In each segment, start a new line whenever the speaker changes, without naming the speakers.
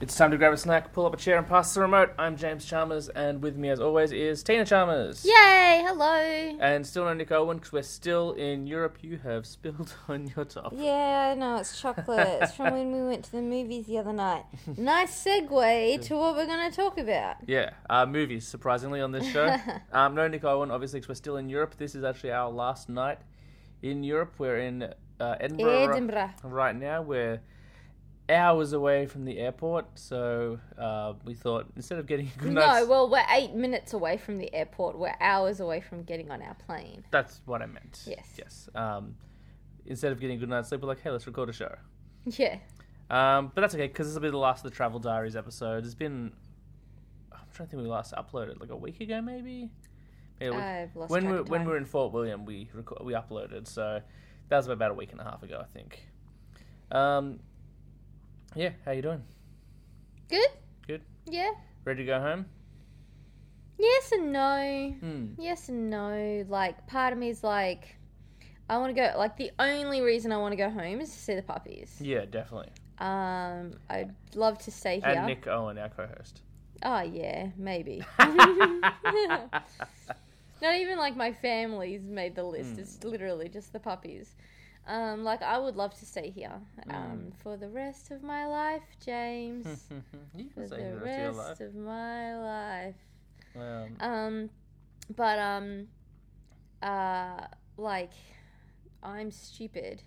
It's time to grab a snack, pull up a chair, and pass the remote. I'm James Chalmers, and with me, as always, is Tina Chalmers.
Yay! Hello.
And still no Nick Owen, because we're still in Europe. You have spilled on your top.
Yeah, no, it's chocolate. it's from when we went to the movies the other night. Nice segue to what we're going to talk about.
Yeah, uh, movies, surprisingly, on this show. um, no Nick Owen, obviously, 'cause we're still in Europe. This is actually our last night in Europe. We're in uh, Edinburgh,
Edinburgh.
right now. We're hours away from the airport, so uh, we thought instead of getting a good night's
No, well, we're eight minutes away from the airport. We're hours away from getting on our plane.
That's what I meant.
Yes.
Yes. Um, instead of getting a good night's sleep, we're like, hey, let's record a show.
Yeah.
Um, but that's okay because this will be the last of the Travel Diaries episode. It's been, I'm trying to think, we last uploaded like a week ago, maybe. Maybe a week-
I've lost
when
track
we
of
when
time.
we were in Fort William, we reco- we uploaded. So that was about a week and a half ago, I think. Um, yeah. How you doing?
Good?
Good.
Yeah.
Ready to go home?
Yes and no.
Hmm.
Yes and no. Like, part of me is like, I want to go. Like, the only reason I want to go home is to see the puppies.
Yeah, definitely.
Um, I'd love to stay here.
And Nick Owen, our co-host.
Oh yeah, maybe. Not even like my family's made the list.
Hmm.
It's literally just the puppies. Um, like I would love to stay here
Hmm.
um, for the rest of my life, James.
you can
for
say the
the
rest of your life.
rest of my life.
Um,
Um, but um, uh, like I'm stupid.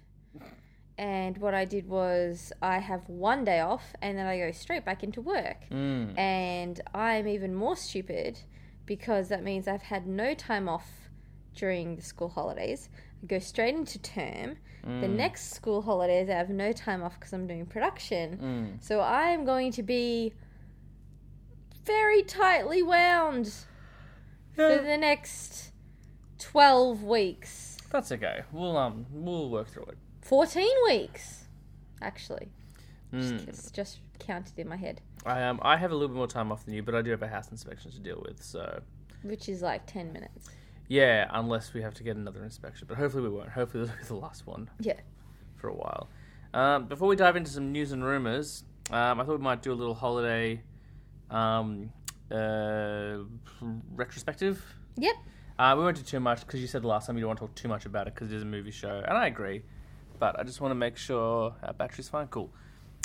And what I did was I have one day off, and then I go straight back into work
mm.
and I'm even more stupid because that means I've had no time off during the school holidays. I go straight into term. The
Mm. Hmm.
next school holidays, I have no time off because I'm doing production.
Mm.
So I am going to be very tightly wound for the next 12 weeks.
That's okay. We'll um we'll work through it.
14 weeks, actually.
Mm.
It's just counted in my head,
I um I have a little bit more time off than you, but I do have a house inspection to deal with. So
which is like 10 minutes.
yeah, unless we have to get another inspection, but hopefully we won't. Hopefully this will be the last one
Yeah.
for a while. Um, before we dive into some news and rumors, um, I thought we might do a little holiday um, uh, retrospective.
Yep.
Uh, we won't do too much because you said last time you don't want to talk too much about it because it is a movie show, and I agree. But I just want to make sure our battery's fine, cool.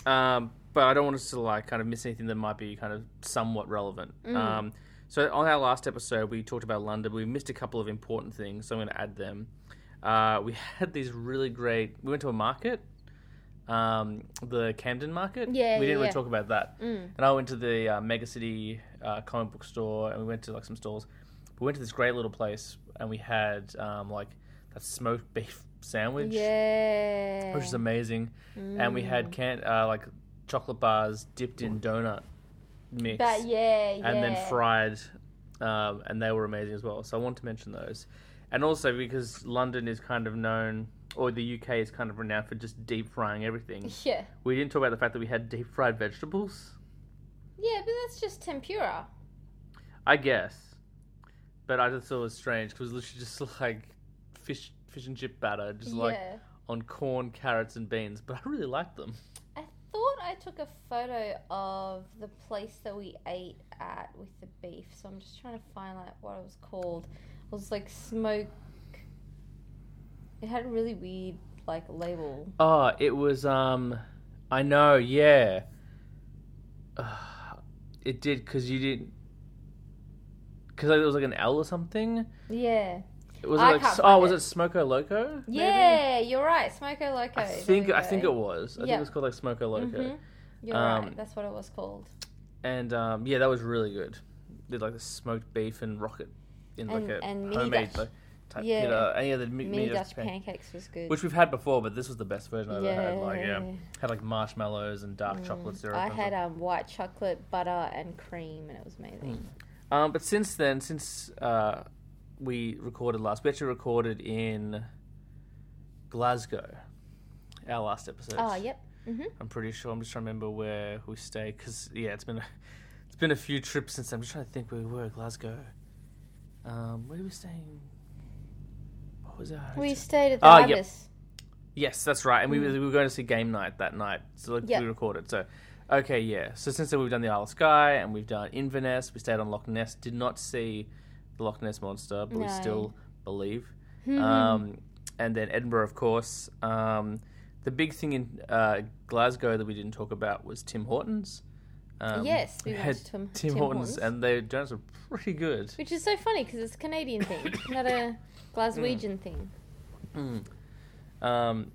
Um, but I don't want us to like kind of miss anything that might be kind of somewhat relevant.
Mm.
Um, so on our last episode, we talked about London. We missed a couple of important things, so I'm going to add them. Uh, we had these really great. We went to a market, um, the Camden Market.
Yeah,
we didn't
yeah,
really
yeah. Mm.
talk about that. And I went to the uh, Mega City uh, comic book store, and we went to like some stalls. We went to this great little place, and we had um, like that smoked beef sandwich,
Yeah.
which is amazing. And we
Mm.
had can uh, like chocolate bars dipped in donut mix,
But yeah, yeah.
and then fried, um, and they were amazing as well. So I want to mention those, and also because London is kind of known, or the UK is kind of renowned for just deep frying everything.
Yeah.
We didn't talk about the fact that we had deep fried vegetables.
Yeah, but that's just tempura.
I guess. But I just thought it was strange because it was literally just like fish fish and chip batter, just like
yeah.
on corn, carrots, and beans. But I really liked them.
I thought I took a photo of the place that we ate at with the beef, so I'm just trying to find like what it was called. It was like smoke. It had a really weird like label.
Oh, it was um, I know, yeah. Ugh, it did because you didn't. Because it was like an L or something.
Yeah.
Was it
I
like
can't
oh,
find
was
it.
it Smoko Loco? maybe?
Yeah, you're right. Smoko Loco.
I think I think it was. I think
Yeah.
it was called like Smoko Loco.
Mm-hmm. You're
Um,
right. That's what it was called.
And um, yeah, that was really good. Did like the smoked beef and rocket in like
And-
a
and mini
homemade
Dutch.
like, type
Yeah.
pita. And yeah, the mi-
Mini Dutch
pan-
pancakes was good.
Which we've had before, but this was the best version I've ever had. Like, yeah,
Yeah.
had like marshmallows and dark chocolate syrup.
I
and
had
stuff.
um, white chocolate, butter, and cream, and it was amazing.
Um, but since then, since uh, we recorded last, we actually recorded in Glasgow, our last episode.
Oh, yep.
I'm pretty sure. I'm just trying to remember where we stayed because yeah, it's been a, it's been a few trips since. I'm just trying to think where we were. Glasgow. Um, where were we staying? What was our?
We
hotel?
stayed at the
the Ah,
Ibis.
yep. Yes, that's right. And we, were- we were going to see game night that night, so like,
Mm. Yeah.
we recorded. So Okay, yeah. So since then, we've done the Isle of Skye and we've done Inverness. We stayed on Loch Ness. Did not see the Loch Ness monster, but we
No.
still believe.
Mm-hmm.
Um, and then Edinburgh, of course. Um, the big thing in uh, Glasgow that we didn't talk about was Tim Hortons. Um,
yes, we went
had
to Tim,
Tim, Hortons, and their donuts were pretty good.
which is so funny because it's a Canadian thing, not a Glaswegian
Mm.
thing.
Hmm. Um,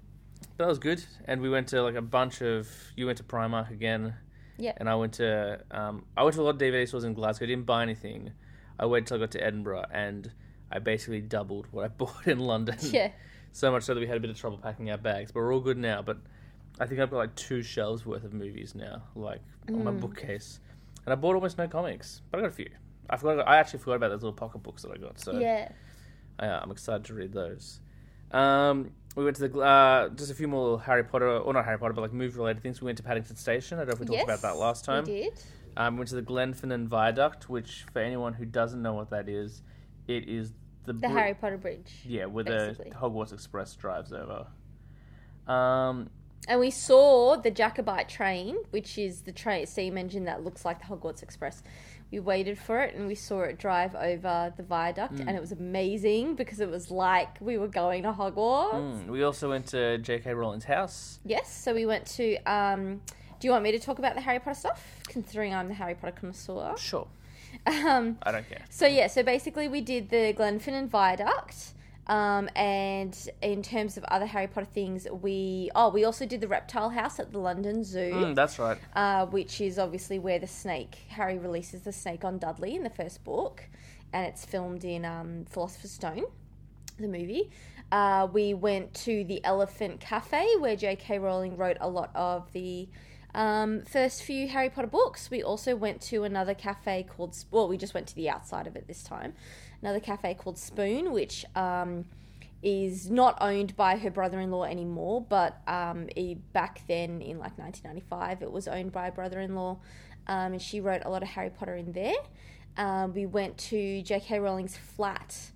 but that was good. And we went to like a bunch of. You went to Primark again.
Yep.
And I went to. Um, I went to a lot of DVD stores in Glasgow. Didn't buy anything. I waited till I got to Edinburgh, and I basically doubled what I bought in London.
Yeah,
So much so that we had a bit of trouble packing our bags, but we're all good now. But I think I've got like two shelves worth of movies now, like on
Mm.
my bookcase. And I bought almost no comics, but I got a few. I forgot. I actually forgot about those little pocket books that I got. So
yeah.
uh, I'm excited to read those. Um, we went to the uh, just a few more little Harry Potter, or not Harry Potter, but like movie related things. We went to Paddington Station. I don't know if we talked about that last time.
We did.
Um, we went to the Glenfinnan Viaduct, which for anyone who doesn't know what that is, it is the
The
bri-
Harry Potter Bridge.
yeah where
basically.
the Hogwarts Express drives over. Um,
And we saw the Jacobite train, which is the train steam engine that looks like the Hogwarts Express. We waited for it and we saw it drive over the viaduct,
Mm.
and it was amazing because it was like we were going to Hogwarts.
mm, we also went to J.K. Rowling's house.
Yes, so we went to. Um, do you want me to talk about the Harry Potter stuff? Considering I'm the Harry Potter connoisseur.
Sure,
Um,
I don't care.
so yeah, so basically we did the Glenfinnan Viaduct, um, and in terms of other Harry Potter things, we oh we also did the Reptile House at the London Zoo,
Mm, that's right.
uh, which is obviously where the snake Harry releases the snake on Dudley in the first book, and it's filmed in um, Philosopher's Stone, the movie. Uh, we went to the Elephant Cafe where J.K. Rowling wrote a lot of the um, first few Harry Potter books. We also went to another cafe called well, we just went to the outside of it this time, another cafe called Spoon, which. Um, is not owned by her brother-in-law anymore, but um, e- back then in like 1995, it was owned by a brother-in-law, um, and she wrote a lot of Harry Potter in there. Um, we went to J.K. Rowling's flat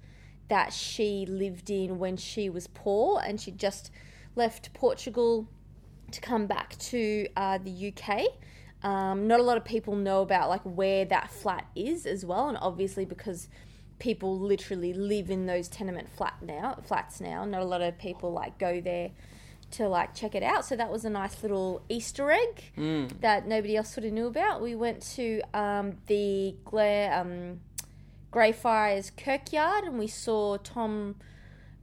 that she lived in when she was poor, and she just left Portugal to come back to uh, the UK. Um, not a lot of people know about like where that flat is as well, and obviously because people literally live in those tenement flat now flats now. Not a lot of people like go there to like check it out. So that was a nice little Easter egg
Hmm,
that nobody else sort of knew about. We went to um, the Gla- um, Greyfriars Kirkyard and we saw Tom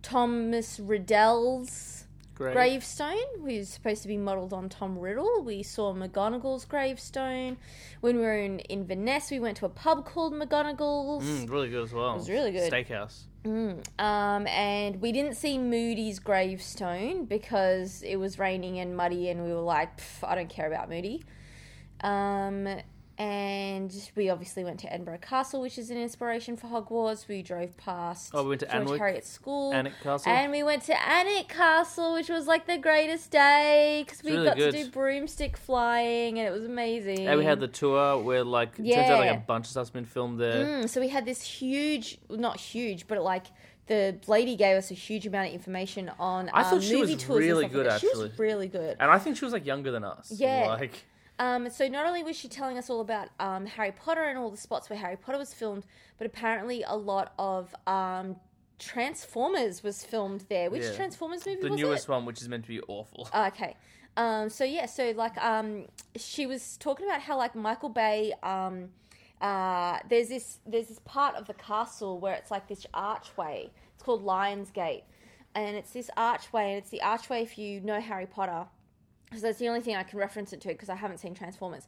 Thomas Riddell's
Great.
gravestone, who's supposed to be modelled on Tom Riddle. We saw McGonagall's gravestone. When we were in Inverness, we went to a pub called McGonagall's.
Mm, really good as well. It
was really good.
Steakhouse.
Um, and we didn't see Moody's gravestone because it was raining and muddy, and we were like, "Pff, I don't care about Moody. Um, and we obviously went to Edinburgh Castle, which is an inspiration for Hogwarts. We drove past
Oh, we went to
George
Alnwick-
Harriet's school.
Annick Castle.
Mm. And we went to Annick Castle, which was like the greatest day because we
really
got
good.
to do broomstick flying, and it was amazing.
And we had the tour where, like, it turns out like
Yeah.
a bunch of stuff's been filmed there.
Mm, so we had this huge, well, not huge, but like the lady gave us a huge amount of information on.
I
um,
thought she
movie
was
tours and
really
stuff like
good,
that. she was
actually.
really good.
And I think she was like younger than us.
Yeah.
Like,
Um, so not only was she telling us all about um, Harry Potter and all the spots where Harry Potter was filmed, but apparently a lot of um, Transformers was filmed there. Which
Yeah.
Transformers movie
the
was
newest
it?
one, which is meant to be awful.
Ah, okay. Um, so yeah, so like um, she was talking about how like Michael Bay um, uh, there's this there's this part of the castle where it's like this archway. It's called Lion's Gate, and it's this archway, and it's the archway if you know Harry Potter, because that's the only thing I can reference it to because I haven't seen Transformers.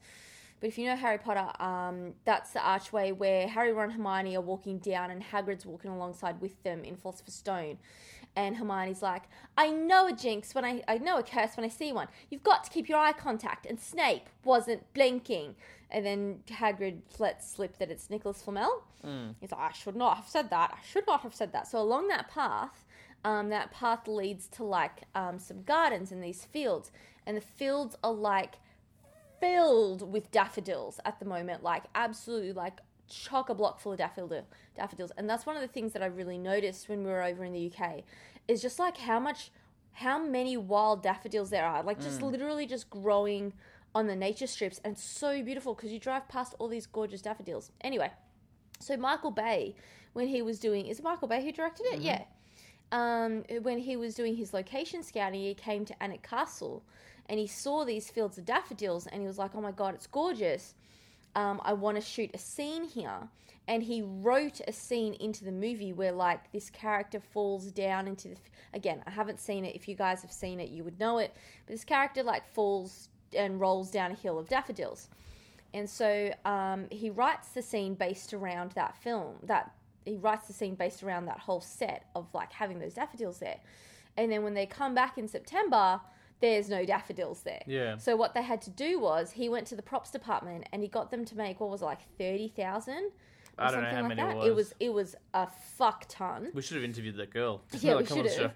But if you know Harry Potter, um, that's the archway where Harry, Ron, and Hermione are walking down, and Hagrid's walking alongside with them in Philosopher's Stone. And Hermione's like, "I know a jinx when I, I know a curse when I see one. You've got to keep your eye contact." And Snape wasn't blinking. And then Hagrid lets slip that it's Nicholas Flamel. He's like, "I should not have said that. I should not have said that." So along that path, um, that path leads to like um, some gardens and these fields, and the fields are like filled with daffodils at the moment, like absolutely like chock a block full of daffodil daffodils. And that's one of the things that I really noticed when we were over in the UK is just like how much how many wild daffodils there are. Like just literally just growing on the nature strips and it's so beautiful because you drive past all these gorgeous daffodils. Anyway, so Michael Bay, when he was doing, is it Michael Bay who directed it? Yeah. Um, when he was doing his location scouting, he came to Annet Castle and he saw these fields of daffodils and he was like, oh my God, it's gorgeous. Um, I want to shoot a scene here. And he wrote a scene into the movie where, like, this character falls down into the. F- Again, I haven't seen it. If you guys have seen it, you would know it. But this character, like, falls and rolls down a hill of daffodils. And so um, he writes the scene based around that film. That he writes the scene based around that whole set of like having those daffodils there. And then when they come back in September, there's no daffodils there.
Yeah.
So what they had to do was he went to the props department and he got them to make what was it, like thirty thousand.
I don't know how many it
It
was.
was it was a fuck ton.
We should have interviewed that girl.
Yeah, we
Like, come on,
should have.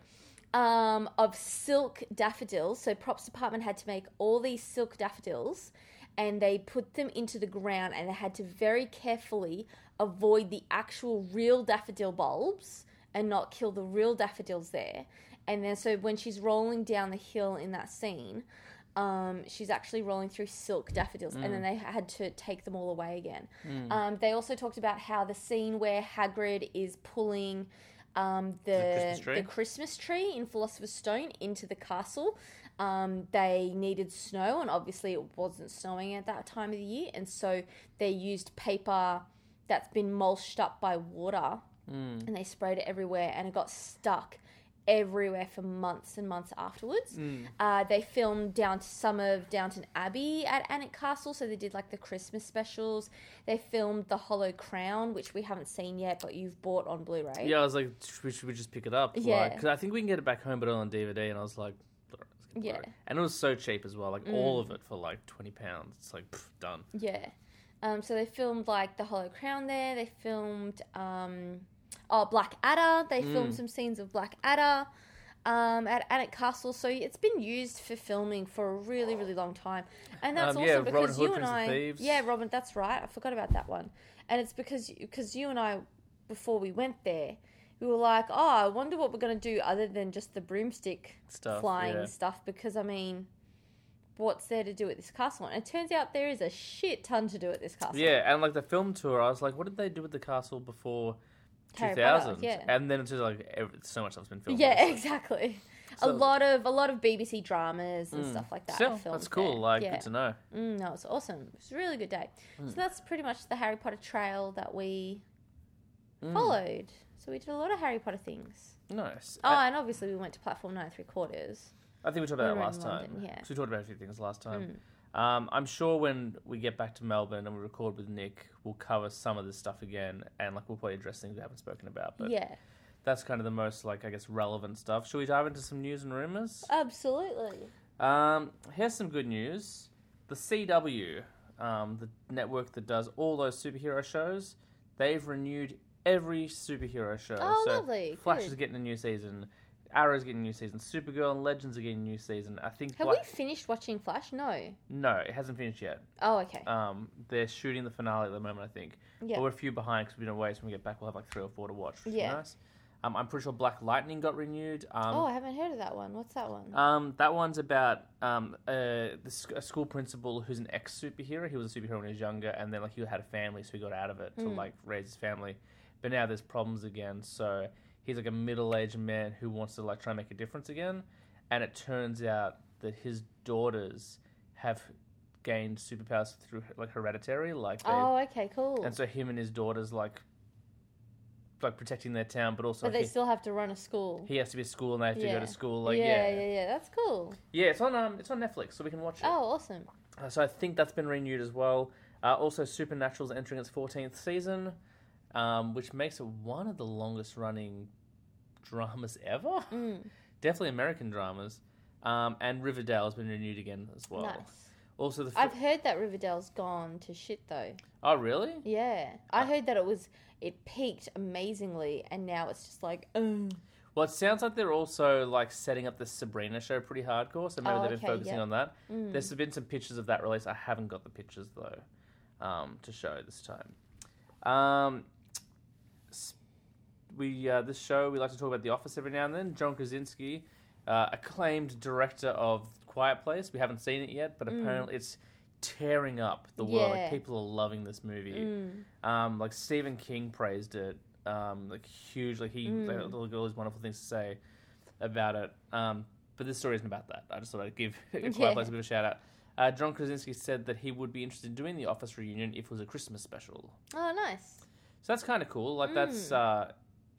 Um, of silk daffodils. So props department had to make all these silk daffodils, and they put them into the ground, and they had to very carefully avoid the actual real daffodil bulbs and not kill the real daffodils there. And then, so when she's rolling down the hill in that scene, um, she's actually rolling through silk daffodils, and
Mm.
then they had to take them all away again. Um, they also talked about how the scene where Hagrid is pulling um, the
Christmas tree?
the Christmas tree in Philosopher's Stone into the castle. Um, they needed snow, and obviously it wasn't snowing at that time of the year, and so they used paper that's been mulched up by water, and they sprayed it everywhere, and it got stuck everywhere for months and months afterwards. Uh, they filmed down to some of Downton Abbey at Annick Castle, so they did like the Christmas specials. They filmed The Hollow Crown, which we haven't seen yet, but you've bought on Blu-ray.
Yeah, I was like, should we, should we just pick it up?
Yeah.
Because I think we can get it back home, but on DVD. And I was like, "All right, let's get
Yeah. Mm.
Blu-ray." And it was so cheap as well. Like all of it for like twenty pounds. It's like pff, done.
Yeah. Um, so they filmed like The Hollow Crown there. They filmed um, oh Black Adder. They
Mm.
filmed some scenes of Black Adder um, at Annick Castle. So it's been used for filming for a really really long time, and that's
Um,
also
yeah, Robin
because
Hood,
you and
Prince of
I
Thieves.
yeah Robin that's right I forgot about that one, and it's because because you and I before we went there. We were like, oh, I wonder what we're gonna do other than just the broomstick
Stuff,
flying
yeah.
stuff because I mean, what's there to do at this castle? And it turns out there is a shit ton to do at this castle.
Yeah, and like the film tour, I was like, what did they do with the castle before two
Harry Potter,
thousand?
yeah.
And then it's just like every, so much stuff's been filmed.
Yeah,
obviously.
exactly. a
So-
lot of a lot of BBC dramas and stuff like that.
Still,
are filmed
that's cool.
there.
Like, Hmm.
yeah.
good to know.
Mm, no, it's awesome. It's a really good day. So that's pretty much the Harry Potter trail that we
Mm, Hmm.
followed. So we did a lot of Harry Potter things.
Nice.
Oh,
I,
and obviously we went to platform nine and three quarters.
I think we talked
we
about
were
that
in
last
London,
time.
yeah. Hmm.
'cause we talked about a few things last time. Um, I'm sure when we get back to Melbourne and we record with Nick, we'll cover some of this stuff again, and like we'll probably address things we haven't spoken about. But
yeah,
that's kind of the most like I guess relevant stuff. Should we dive into some news and rumors?
absolutely.
Um, here's some good news. The CW, um, the network that does all those superhero shows, they've renewed every superhero show.
Oh, lovely.
Uh, Flash
Good.
is getting a new season. Arrow's getting a new season. Supergirl and Legends are getting a new season. I think.
Have
Bla-
we finished watching Flash? No.
No, it hasn't finished yet.
Oh, okay.
Um, they're shooting the finale at the moment, I think.
Yeah.
But we're a few behind because we've been away, so when we get back, we'll have like three or four to watch. Which
Yeah.
Is nice. Um, I'm pretty sure Black Lightning got renewed. Um,
oh, I haven't heard of that one. What's that one?
um, that one's about um, uh, the sc- a school principal who's an ex superhero. He was a superhero when he was younger, and then like he had a family, so he got out of it to
Hmm.
like raise his family. But now there's problems again, so he's like a middle aged man who wants to like try and make a difference again. And it turns out that his daughters have gained superpowers through like hereditary, like they,
oh, okay, cool.
and so him and his daughters like like protecting their town, but also
but they
he,
still have to run a school.
he has to be at school and they have to go
Yeah.
to school. Like
yeah,
yeah.
yeah, yeah. That's cool.
Yeah, it's on um, it's on Netflix, so we can watch it.
Oh, awesome.
Uh, so I think that's been renewed as well. Uh, also, Supernatural's entering its fourteenth season, um, which makes it one of the longest running dramas ever.
Mm.
Definitely American dramas. Um, and Riverdale has been renewed again as well.
nice.
Also, the fr-
I've heard that Riverdale's gone to shit though.
oh really?
Yeah,
Ah.
I heard that it was it peaked amazingly, and now it's just like, oh,
Well, it sounds like they're also like setting up the Sabrina show pretty hardcore. So maybe
Oh,
they've been
okay,
focusing
yeah.
on that.
Hmm. mm,
There's been some pictures of that release. I haven't got the pictures though um, to show this time. Um, s- we uh, this show we like to talk about The Office every now and then. John Krasinski, uh, acclaimed director of Quiet Place. We haven't seen it yet, but
Mm.
apparently it's tearing up the world.
Yeah.
Like people are loving this movie.
Mm.
Um, like Stephen King praised it, um, like hugely. He
Mm.
like, all- all these wonderful things to say about it. Um, but this story isn't about that. I just thought I'd give a quiet
Yeah.
place a bit of a shout out. Uh, John Krasinski said that he would be interested in doing the Office reunion if it was a Christmas special.
Oh, nice.
So that's kind of cool. Like that's
Mm.
uh,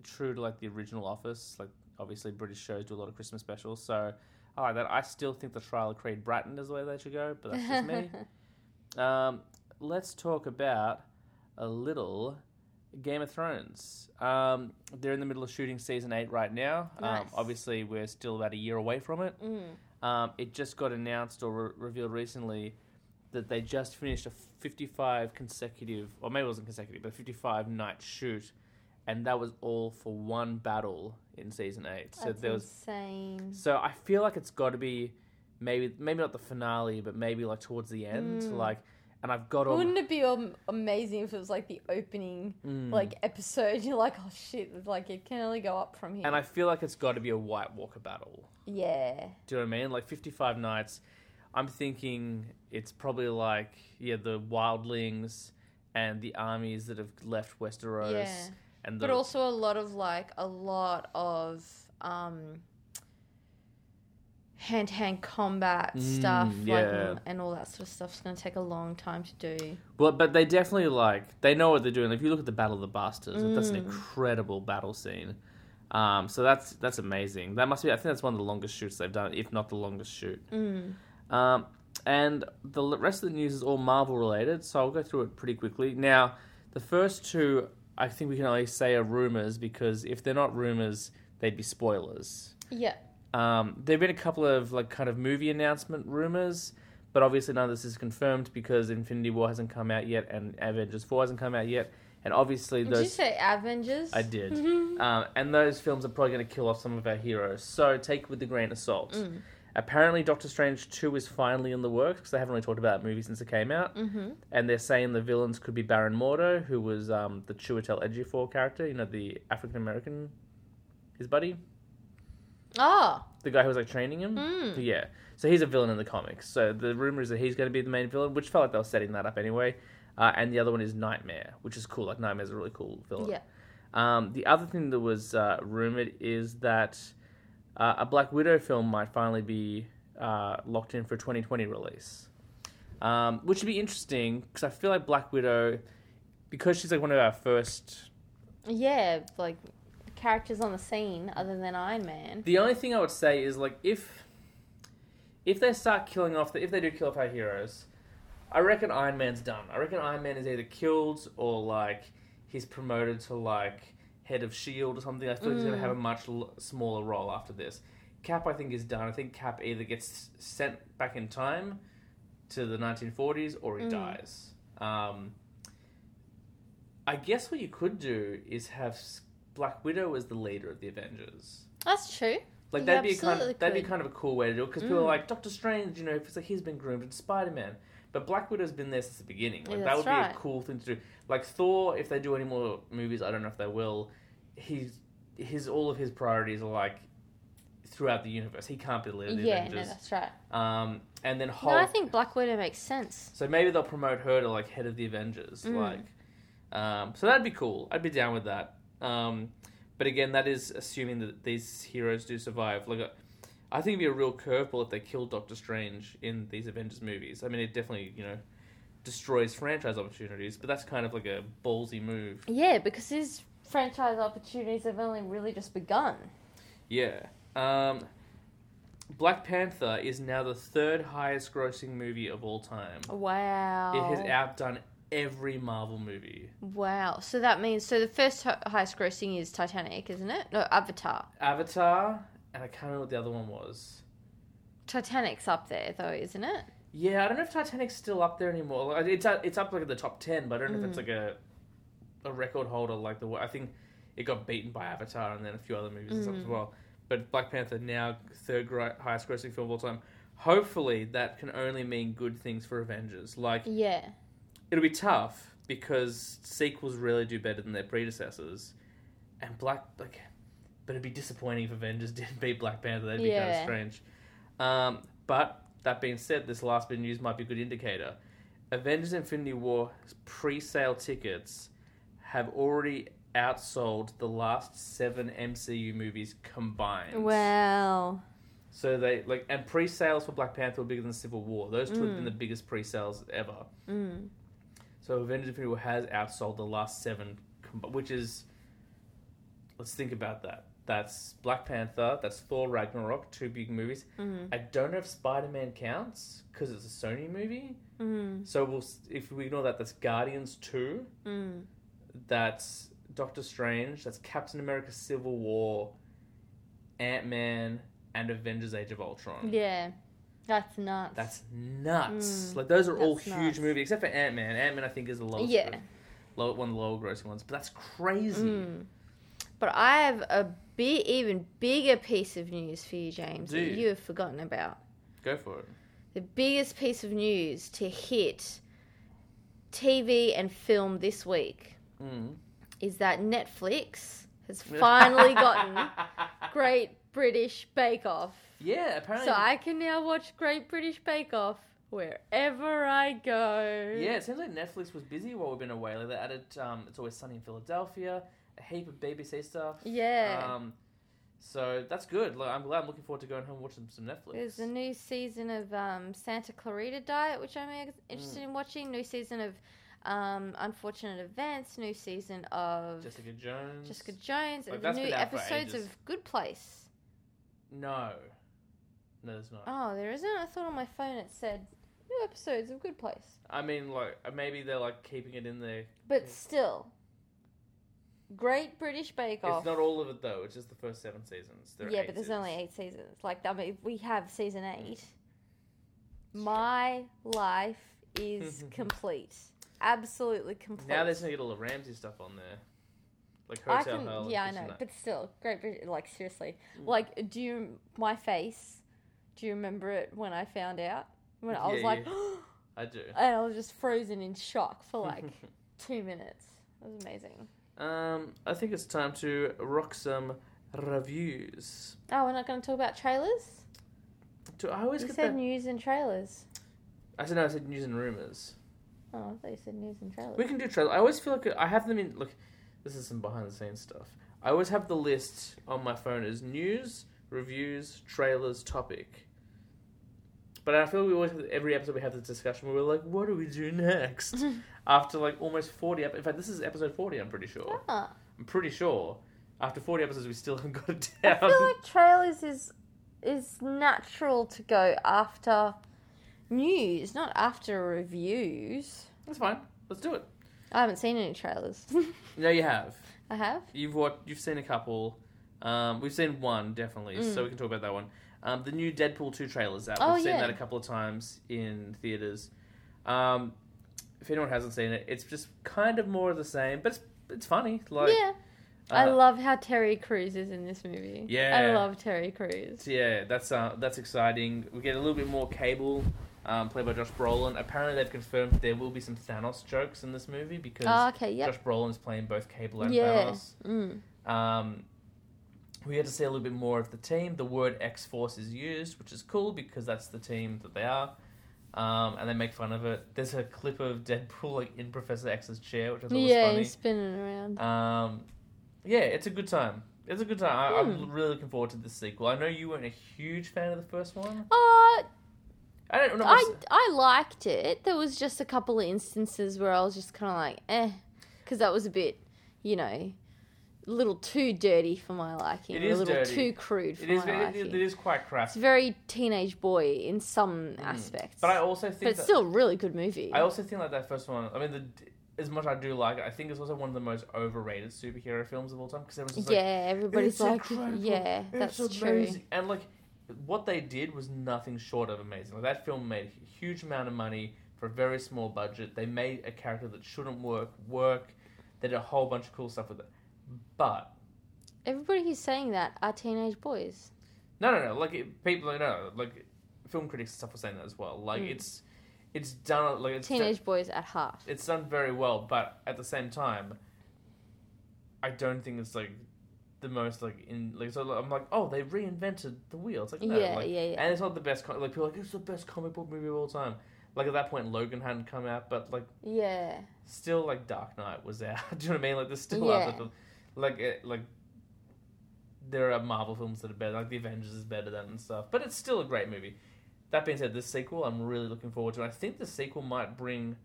true to like the original Office. Like obviously British shows do a lot of Christmas specials. So I like that. I still think the Trial of Creed Bratton is the way they should go, but that's just me. Um, let's talk about a little Game of Thrones. Um, they're in the middle of shooting season eight right now. Um,
Nice.
obviously, we're still about a year away from it.
Mm.
Um, it just got announced or re- revealed recently that they just finished a 55 consecutive, or maybe it wasn't consecutive, but 55 night shoot, and that was all for one battle in season eight. So
That's
there was
insane.
so I feel like it's got to be maybe maybe not the finale, but maybe like towards the end,
Mm.
like. And I've got all.
Wouldn't it be um, amazing if it was like the opening
Mm.
like episode? You're like, oh shit! Like it can only go up from here.
and I feel like it's got to be a White Walker battle.
yeah.
Do you know what I mean? Like fifty-five nights. I'm thinking it's probably like yeah, the wildlings and the armies that have left Westeros,
Yeah.
and the
But also a lot of like a lot of um hand to hand combat
Mm,
stuff like
yeah.
and- and all that sort of stuff's gonna take a long time to do.
well, but they definitely like they know what they're doing. If you look at the Battle of the Bastards, that's an
Mm.
incredible battle scene. Um, so that's that's amazing. That must be. I think that's one of the longest shoots they've done, if not the longest shoot.
Mm.
Um, and the l- rest of the news is all Marvel related, so I'll go through it pretty quickly. Now, the first two, I think we can only say are rumors because if they're not rumors, they'd be spoilers.
Yeah.
Um, there've been a couple of like kind of movie announcement rumors, but obviously none of this is confirmed because Infinity War hasn't come out yet and Avengers Four hasn't come out yet, and obviously
Did you
those.
say Mm-hmm. Avengers?
I did. Um, and those films are probably going to kill off some of our heroes, so take it with a grain of salt.
Mm.
Apparently, Doctor Strange 2 is finally in the works because they haven't really talked about that movie since it came out.
Mm-hmm.
And they're saying the villains could be Baron Mordo, who was um, the Chiwetel Ejiofor character, you know, the African American, his buddy,
Oh.
the guy who was like training him.
Mm.
Yeah. So he's a villain in the comics. So the rumor is that he's going to be the main villain, which felt like they were setting that up anyway. Uh, and the other one is Nightmare, which is cool. Like, Nightmare's a really cool villain.
Yeah.
Um, the other thing that was uh, rumored is that uh, a Black Widow film might finally be uh, locked in for 2020 release, um, which would be interesting because I feel like Black Widow, because she's like one of our first.
Yeah, like characters on the scene other than Iron Man.
The only thing I would say is like if if they start killing off, the, if they do kill off our heroes, I reckon Iron Man's done. I reckon Iron Man is either killed or like he's promoted to like head of Shield or something. I feel he's gonna
Mm.
have a much l- smaller role after this. Cap, I think, is done. I think Cap either gets sent back in time to the 1940s or he
Mm.
dies. Um, I guess what you could do is have S- Black Widow as the leader of the Avengers.
That's true.
Like
You
that'd be a kind
absolutely
of, that'd be
could.
kind of a cool way to do it because people are
Mm.
like Doctor Strange, you know, it's like he's been groomed in Spider Man, but Black Widow's been there since the beginning.
Yeah,
Like that
that's
would be
right.
a cool thing to do. Like Thor, if they do any more movies, I don't know if they will. He's his all of his priorities are like throughout the universe. He can't be the leader of the
Yeah, no,
Avengers.
that's right.
Um, and then
No, I
Hulk.
think Black Widow makes sense.
so maybe they'll promote her to like head of the Avengers.
Mm.
Like, um, so that'd be cool. I'd be down with that. Um, but again, that is assuming that these heroes do survive. Like, uh, I think it'd be a real curveball if they killed Doctor Strange in these Avengers movies. I mean, it definitely you know destroys franchise opportunities, but that's kind of like a ballsy move.
Yeah, because his franchise opportunities have only really just begun.
Yeah. Um, Black Panther is now the third highest grossing movie of all time.
Wow.
It has outdone every Marvel movie.
Wow. So that means so the first hi- highest grossing is Titanic, isn't it? No, Avatar.
Avatar, and I can't remember what the other one was.
Titanic's up there though, isn't it?
Yeah, I don't know if Titanic's still up there anymore. Like, It's up- it's up like at the top ten, but I don't know if it's
Mm.
like a a record holder like the. I think it got beaten by Avatar and then a few other movies and stuff as
Mm.
well. But Black Panther now third gri- highest grossing film of all time. Hopefully, that can only mean good things for Avengers. Like
Yeah.
it'll be tough because sequels really do better than their predecessors, and Black like, but it'd be disappointing if Avengers didn't beat Black Panther. That'd be kind
Yeah.
of strange. Um, but That being said, this last bit of news might be a good indicator. Avengers Infinity War pre sale tickets have already outsold the last seven MCU movies combined.
Wow.
So they like and pre sales for Black Panther were bigger than Civil War. Those two have been the
Mm.
biggest pre sales ever.
Mm.
So Avengers Infinity War has outsold the last seven, com- which is. Let's think about that. That's Black Panther. That's Thor Ragnarok. Two big movies.
Mm.
I don't know if Spider Man counts because it's a Sony movie.
Mm.
So we'll s- if we ignore that, that's Guardians Two.
Mm.
That's Doctor Strange. That's Captain America: Civil War, Ant Man, and Avengers: Age of Ultron.
Yeah. That's nuts.
That's nuts.
Mm,
like those are all
that's
huge
nuts.
movies, except for Ant Man. Ant Man, I think, is the lowest.
Yeah.
gro- low, one of the lower grossing ones, but that's crazy.
Mm. But I have a big, even bigger piece of news for you, James,
Do you?
that you have forgotten about.
Go for it.
The biggest piece of news to hit TV and film this week
Mm.
is that Netflix has finally gotten Great British Bake Off.
Yeah, apparently.
So I can now watch Great British Bake Off wherever I go.
yeah, it seems like Netflix was busy while we've been away. Like they added, um, it's always sunny in Philadelphia, a heap of BBC stuff.
Yeah.
Um, so that's good. Like, I'm glad. I'm looking forward to going home and watching some Netflix.
There's a new season of um, Santa Clarita Diet, which I'm ex-
Mm.
interested in watching. New season of um, Unfortunate Events. New season of Jessica,
Jessica Jones.
Jones.
Like,
and
that's
new
been out for
episodes
ages.
of Good Place.
No. No, there's not.
Oh, there isn't. I thought on my phone it said new episodes of Good Place.
I mean, like maybe they're like keeping it in there.
But
Okay.
still, Great British Bake Off.
It's not all of it though. It's just the first seven seasons. There are
yeah,
eight
but there's
seasons. Mm.
only eight seasons. Like, I mean, we have season eight. My life is complete. Absolutely complete.
Now they're gonna get all the Ramsey stuff on there, like
I
Hotel
can,
Hell. and
yeah, I
this
know,
and that.
but still, Great British. Like seriously, like do you my face? Do you remember it when I found out? When I was
Yeah,
like,
I do.
and I was just frozen in shock for like two minutes. It was amazing.
Um, I think it's time to rock some reviews.
Oh, we're not going to talk about trailers.
Do I always
You
get
said
that?
news and trailers.
I said no. I said news and rumors.
Oh, I thought you said news and trailers.
We can do trailers. I always feel like I have them in. Look, this is some behind the scenes stuff. I always have the list on my phone as news, reviews, trailers, topic. But I feel we always have, every episode we have this discussion where we're like, what do we do next? After like almost forty. Ep- in fact, this is episode forty. I'm pretty sure.
Ah.
I'm pretty sure. After 40 episodes, we still haven't got it
I
down.
feel like trailers is is natural to go after news, not after reviews.
That's fine. Let's do it.
I haven't seen any trailers.
No, you have.
I have.
You've watched. You've seen a couple. Um, we've seen one definitely, so we can talk about that one. Um, the new Deadpool two trailers out. We've
Mm. Oh,
seen
yeah.
that a couple of times in theaters. Um, if anyone hasn't seen it, it's just kind of more of the same, but it's it's funny. Like
yeah, I
uh,
love how Terry Crews is in this movie. I
Yeah.
love Terry Crews.
So yeah, that's uh, that's exciting. We get a little bit more Cable, um, played by Josh Brolin. Apparently, they've confirmed there will be some Thanos jokes in this movie because
Oh, okay, yep.
Josh Brolin is playing both Cable and
Yeah.
Thanos.
Mm.
Um, we get to see a little bit more of the team. The word X Force is used, which is cool because that's the team that they are. Um, and they make fun of it. There's a clip of Deadpool like in Professor X's chair, which I thought
Yeah,
was funny.
he's spinning around.
Um, yeah, it's a good time. It's a good time. I, I'm
Hmm.
really looking forward to this sequel. I know you weren't a huge fan of the first one.
Uh,
I don't know.
I I liked it. There was just a couple of instances where I was just kind of like, eh, because that was a bit, you know, a little too dirty for my liking.
It
a
is
little
dirty.
too crude for
It is,
my
it,
liking.
it is quite crass.
it's very teenage boy in some aspects,
But I also think
But it's
that-
still a really good movie.
I also think like that first one. I mean, the, as much I do like it, I think it's also one of the most overrated superhero films of all time because everyone's just
yeah,
like,
everybody's
"It's
like,
incredible.
yeah, that's
it's
true.
amazing. And like, what they did was nothing short of amazing. Like that film made a huge amount of money for a very small budget. They made a character that shouldn't work work. They did a whole bunch of cool stuff with it. But
Everybody who's saying that are teenage boys.
No, no, no. Like it, people, no, no, like film critics and stuff were saying that as well. Like
Mm.
it's, it's done like it's done,
Teenage boys at heart.
it's done very well, but at the same time, I don't think it's like the most like in like so I'm like oh they reinvented the wheel. It's like no,
Yeah,
like,
yeah, yeah.
and it's not the best. co- Like people are like it's the best comic book movie of all time. Like at that point, Logan hadn't come out, but like
Yeah.
still like Dark Knight was out. Do you know what I mean? Like there's still
Yeah.
other film, like it, like there are Marvel films that are better. Like the Avengers is better than and stuff, but it's still a great movie. That being said, this sequel I'm really looking forward to. And I think the sequel might bring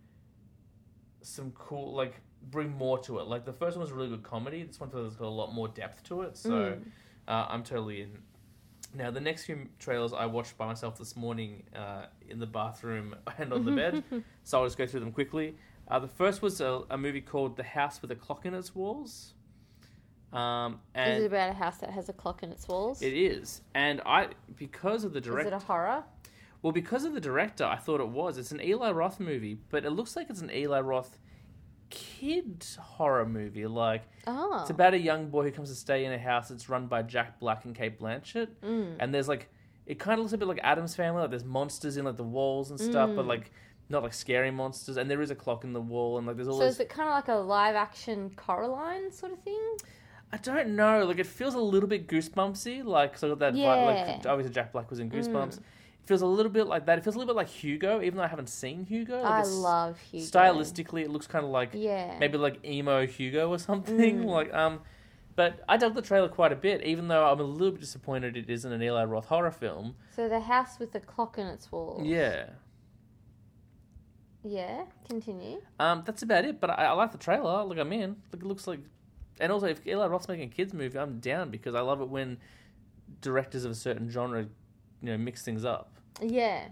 some cool like bring more to it. Like the first one was a really good comedy. This one feels like it's got a lot more depth to it. So.
Mm.
Uh, I'm totally in. Now, the next few trailers I watched by myself this morning uh, in the bathroom and on the bed, so I'll just go through them quickly. Uh, the first was a, a movie called The House with a Clock in Its Walls. Um,
Is it
and
about a house that has a clock in its walls?
it is. And I, because of the
Is
director,
it a horror?
well, because of the director, I thought it was. It's an Eli Roth movie, but it looks like it's an Eli Roth kid horror movie. Like,
Oh.
it's about a young boy who comes to stay in a house that's run by Jack Black and Kate Blanchett.
Mm.
And there's like, it kind of looks a bit like Adam's Family. Like there's monsters in like the walls and stuff, but
Mm.
like not like scary monsters. And there is a clock in the wall, and like there's all
So
this.
is it kind of like a live action Coraline sort of thing?
I don't know. Like it feels a little bit Goosebumpsy. Like so that vibe. Like
Yeah. Mm.
obviously Jack Black was in Goosebumps. It feels a little bit like that. It feels a little bit like Hugo, even though I haven't seen Hugo. Like
I
it's-
love Hugo.
Stylistically, it looks kind of like
Yeah.
maybe like emo Hugo or something.
Mm.
Like um, but I dug the trailer quite a bit, even though I'm a little bit disappointed it isn't an Eli Roth horror film.
So the house with the clock in its walls.
Yeah,
Yeah. Continue.
um, that's about it. But I, I like the trailer. Like I'm in. Like it looks like, and also if Eli Roth's making a kids movie, I'm down because I love it when directors of a certain genre, you know, mix things up.
Yeah.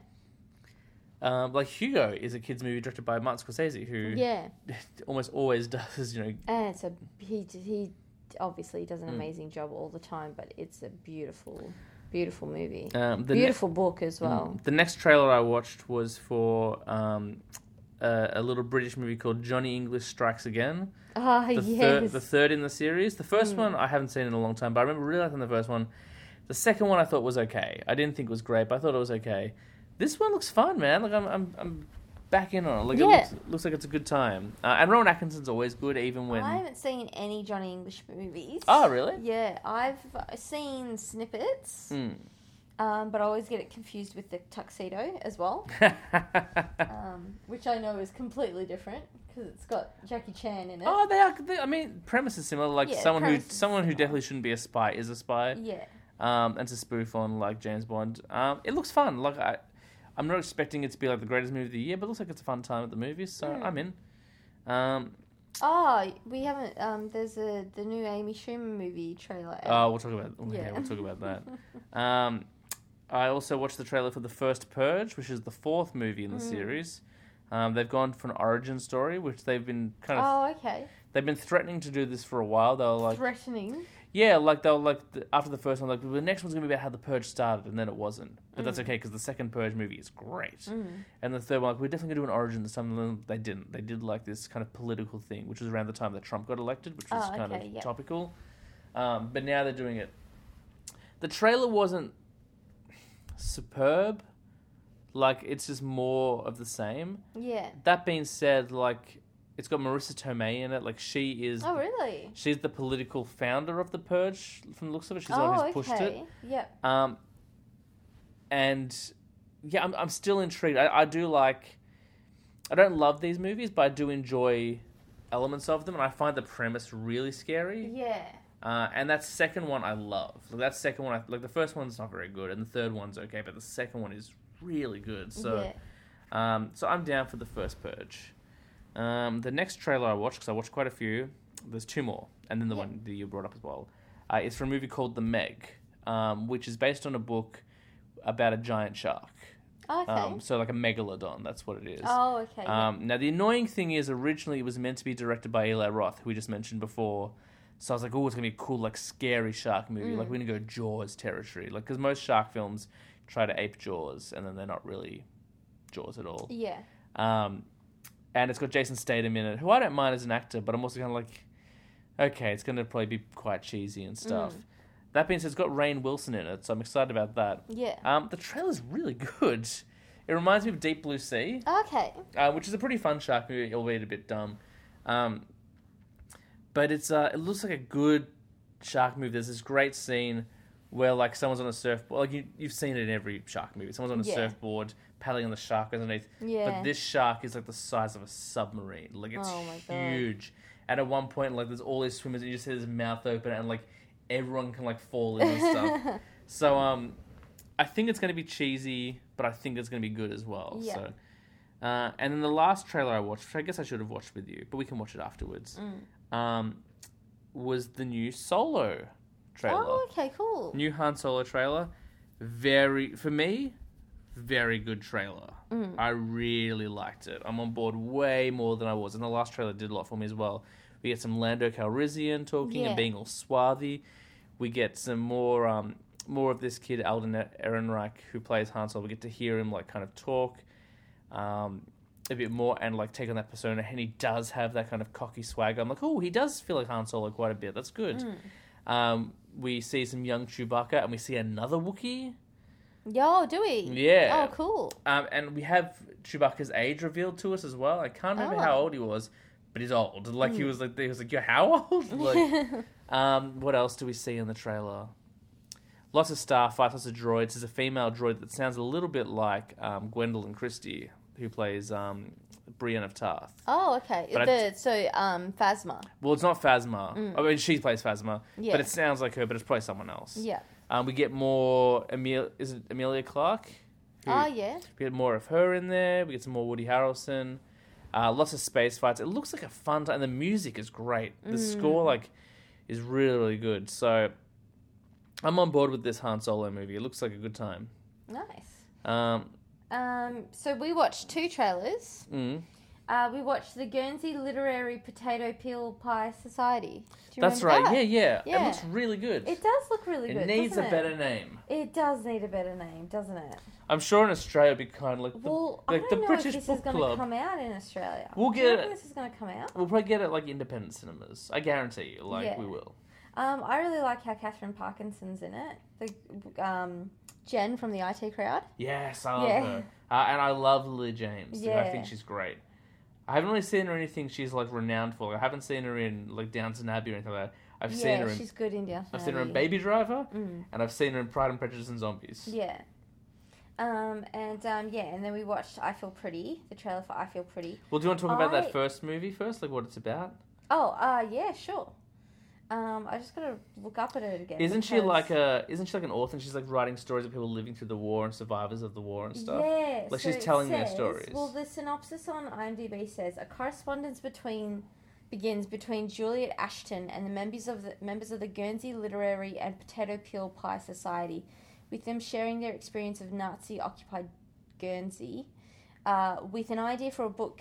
Um, like Hugo is a kids movie directed by Martin Scorsese, who
Yeah.
almost always does, you know,
And it's a he d- he obviously does an
Mm.
amazing job all the time, but it's a beautiful, beautiful movie.
um, the ne-
beautiful book as well.
Mm. The next trailer I watched was for um, a, a little British movie called Johnny English Strikes Again.
Ah,
The, third,
yes.
the third in the series. The first
Mm.
one I haven't seen in a long time, but I remember really liking the first one. The second one I thought was okay. I didn't think it was great, but I thought it was okay. This one looks fun, man. Like I'm, I'm, I'm back in on it. Like
Yeah.
it looks, looks like it's a good time. Uh, and Rowan Atkinson's always good, even when.
I haven't seen any Johnny English movies.
Oh, really?
Yeah, I've seen snippets,
Mm.
um, but I always get it confused with the tuxedo as well,
Ah.
um, which I know is completely different because it's got Jackie Chan in it.
oh, they are. They, I mean, premise is similar. Like
Yeah,
someone who,
premise is
someone who
similar.
definitely shouldn't be a spy is a spy.
Yeah,
um, and it's a spoof on like James Bond. Um, it looks fun. Like I, I'm not expecting it to be like the greatest movie of the year, but it looks like it's a fun time at the movies, so
Hmm.
I'm in. Um,
Oh, we haven't. Um, there's a the new Amy Schumer movie trailer. out.
oh, we'll talk about yeah. we'll talk about that. Um, I also watched the trailer for the first Purge, which is the fourth movie in the
Hmm.
series. Um, they've gone for an origin story, which they've been kind of
oh, okay.
they've been threatening to do this for a while. They were like,
Threatening.
yeah, like they were like the, after the first one, like the next one's gonna be about how the purge started, and then it wasn't. But that's
Mm.
okay because the second Purge movie is great.
Mm.
And the third one, like, we're definitely going to do an origin. Some of them, they didn't. They did, like, this kind of political thing, which was around the time that Trump got elected, which was
Oh,
kind
okay,
of
yeah.
topical. Um, but now they're doing it. The trailer wasn't superb. Like, it's just more of the same.
Yeah.
That being said, like, it's got Marissa Tomei in it. Like, she is...
Oh, really?
She's the political founder of The Purge, from the looks of it. She's the
Oh,
one who's pushed it.
Yep.
Um, and yeah, I'm, I'm still intrigued. I, I do like, I don't love these movies, but I do enjoy elements of them, and I find the premise really scary.
Yeah.
Uh, and that second one I love. Like, that second one, I, like the first one's not very good, and the third one's okay, but the second one is really good. So,
yeah.
um, so I'm down for the first purge. Um, the next trailer I watched, because I watched quite a few, there's two more, and then the
Yeah.
one that you brought up as well, uh, is for a movie called The Meg, um, which is based on a book about a giant shark.
Okay.
Um, so, like a megalodon, that's what it is.
oh, okay. yeah.
Um, now, the annoying thing is, originally it was meant to be directed by Eli Roth, who we just mentioned before. So I was like, oh, it's going to be a cool, like, scary shark movie. Like,
Mm.
we're going to go Jaws territory. Like, because most shark films try to ape Jaws, and then they're not really Jaws at all.
yeah.
Um, and it's got Jason Statham in it, who I don't mind as an actor, but I'm also kind of like, okay, it's going to probably be quite cheesy and stuff.
Mm.
That being said, it's got Rain Wilson in it, so I'm excited about that.
Yeah.
Um, the trailer's really good. It reminds me of Deep Blue Sea,
okay.
uh, which is a pretty fun shark movie, albeit a bit dumb. Um, but it's uh, it looks like a good shark movie, there's this great scene where like someone's on a surfboard. Like you, you've seen it in every shark movie. Someone's on a
Yeah.
surfboard paddling on the shark underneath.
Yeah.
But this shark is like the size of a submarine. Like it's
Oh my God.
huge. And at one point, like there's all these swimmers, and you just see his mouth open, and like everyone can like fall in and stuff. So um, I think it's gonna be cheesy, but I think it's gonna be good as well.
Yeah.
So. Uh, and then the last trailer I watched, which I guess I should have watched with you, but we can watch it afterwards,
Mm.
um, was the new Solo trailer.
Oh, okay, cool.
New Han Solo trailer, very for me, very good trailer.
Mm.
I really liked it. I'm on board way more than I was, and the last trailer did a lot for me as well. We get some Lando Calrissian talking
Yeah.
and being all swarthy. We get some more um more of this kid Alden Ehrenreich who plays Han Solo. We get to hear him like kind of talk. Um, a bit more and like take on that persona, and he does have that kind of cocky swagger. I'm like, oh, he does feel like Han Solo quite a bit. That's good.
Mm.
Um, we see some young Chewbacca, and we see another Wookiee.
Yo, Mm. do we?
Yeah.
Oh, cool.
Um, and we have Chewbacca's age revealed to us as well. I can't remember
Oh. Mm.
how old he was, but he's old. Like he was like he was like, "You're how old?" like, um, what else do we see in the trailer? Lots of starfights, lots of droids. There's a female droid that sounds a little bit like um, Gwendolyn Christie, who plays um, Brienne of Tarth.
oh, okay.
But I-
The, so, um, Phasma.
Well, it's not Phasma. I mean, she plays Phasma,
Mm. Yeah.
but it sounds like her, but it's probably someone else.
Yeah.
Um, we get more Emil. Is it Amelia Clark? Who-
Oh, yeah.
We get more of her in there. We get some more Woody Harrelson. Uh, lots of space fights. It looks like a fun time. And the music is great. The
Mm.
score like is really really good. So I'm on board with this Han Solo movie. It looks like a good time.
Nice.
Um,
Um, so we watched two trailers.
mm.
Uh, we watched the Guernsey Literary Potato Peel Pie Society. Do you
that's right.
remember that?
Yeah, yeah, It
Yeah.
looks really good.
It does look really
It
good.
needs a
doesn't it?
better name.
It does need a better name, doesn't it?
I'm sure in Australia it'd be kind of like the,
well,
like
I
the
don't know
British
if this
Book
is going to
Club.
come out in Australia.
We'll
Do you
get
reckon
it.
This is going to come out.
We'll probably get it like independent cinemas. I guarantee you. Like
Yeah.
we will.
Um, I really like how Catherine Parkinson's in it. The um, Jen from the IT crowd.
Yes, I love
Yeah.
her, uh, and I love Lily James. Yeah. I
Yeah.
think she's great. I haven't really seen her in anything she's like renowned for. Like, I haven't seen her in like Downton Abbey or anything like that. I've
yeah,
seen her in
she's good in Downton
I've seen her in
Abbey.
Baby Driver,
Mm.
and I've seen her in Pride and Prejudice and Zombies.
Yeah. Um, and um, yeah, and then we watched I Feel Pretty, the trailer for I Feel Pretty.
Well, do you want to talk about
I-
that first movie first, like what it's about?
Oh, uh, yeah, sure. Um, I just gotta look up at it again.
Isn't she
because-
like a? Isn't she like an author? And she's like writing stories of people living through the war and survivors of the war and stuff.
Yeah,
Like,
so
she's
it
telling their
says-
stories.
Well, the synopsis on IMDb says a correspondence between begins between Juliet Ashton and the members of the members of the Guernsey Literary and Potato Peel Pie Society, with them sharing their experience of Nazi occupied Guernsey, uh, with an idea for a book.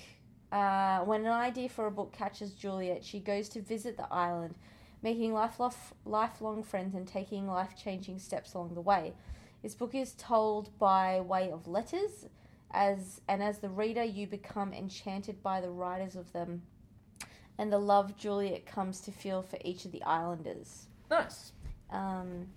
Uh, when an idea for a book catches Juliet, she goes to visit the island, making lifelong lifelong friends and taking life changing steps along the way. This book is told by way of letters, as and as the reader, you become enchanted by the writers of them, and the love Juliet comes to feel for each of the islanders.
Nice.
Um,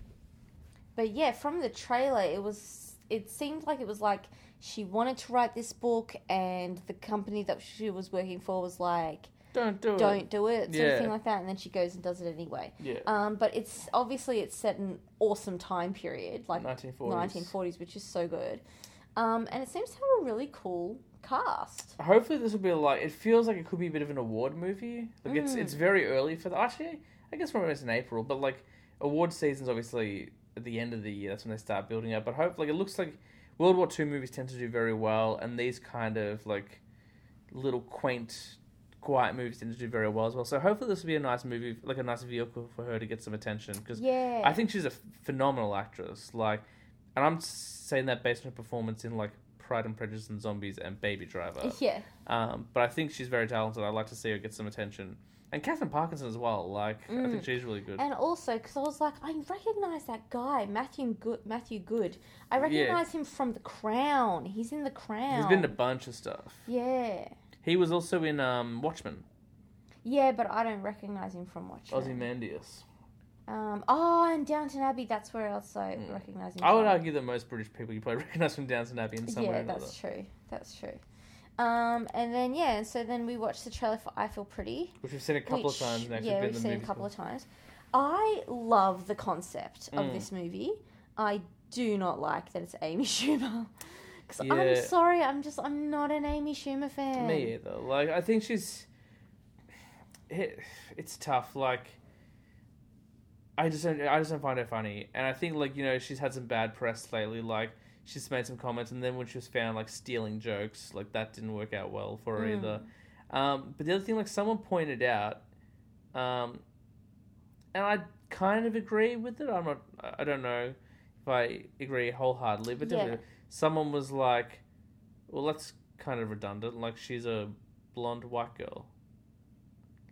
but yeah, from the trailer, it was it seemed like it was like she wanted to write this book, and the company that she was working for was like,
Don't do it.
"Don't do it," sort
Hmm. Yeah.
of thing like that, and then she goes and does it anyway.
Yeah.
Um, but it's obviously it's set in an awesome time period, like
1940s.
1940s, which is so good. Um, and it seems to have a really cool cast.
Hopefully, this will be like it feels like it could be a bit of an award movie. Like it's it's very early for the actually. I guess we're almost in April, but like award season's obviously at the end of the year. That's when they start building up. But hopefully, it looks like World War Two movies tend to do very well, and these kind of like little quaint, quiet movies tend to do very well as well. So hopefully, this will be a nice movie, like a nice vehicle for her to get some attention because
Yeah.
I think she's a phenomenal actress. Like, and I'm saying that based on her performance in like Pride and Prejudice and Zombies and Baby Driver.
yeah.
Um, but I think she's very talented. I'd like to see her get some attention. And Catherine Parkinson as well. Like, I
Mm.
think she's really good.
And also, because I was like, I recognize that guy, Matthew Good. Matthew Good. I recognize him from The Crown. He's in The Crown.
He's been in a bunch of stuff.
Yeah.
He was also in um, Watchmen,
Yeah, but I don't recognize him from watching.
Ozymandias.
Um, oh, and Downton Abbey. That's where else I recognize him.
Hmm. I would
from.
argue that most British people you probably recognise from Downton Abbey in some way or
Yeah,
another.
that's true. That's true. Um, and then yeah, so then we watched the trailer for I Feel Pretty.
Which we've seen a couple
which-
of times and actually
yeah,
been
we've
in the
seen a
movies
couple
before.
of times. I love the concept
Mm.
of this movie. I do not like that it's Amy Schumer. Because I'm
Yeah.
sorry, I'm just I'm not an Amy Schumer fan.
Me either. Like I think she's. It, it's tough. Like. I just don't. I just don't find her funny, and I think like you know she's had some bad press lately. Like she's made some comments, and then when she was found like stealing jokes, like that didn't work out well for her
Mm.
either. Um, but the other thing, like someone pointed out, um, and I kind of agree with it. I'm not. I- I don't know if I agree wholeheartedly, but
Yeah.
definitely someone was like, "Well, that's kind of redundant. Like she's a blonde white girl.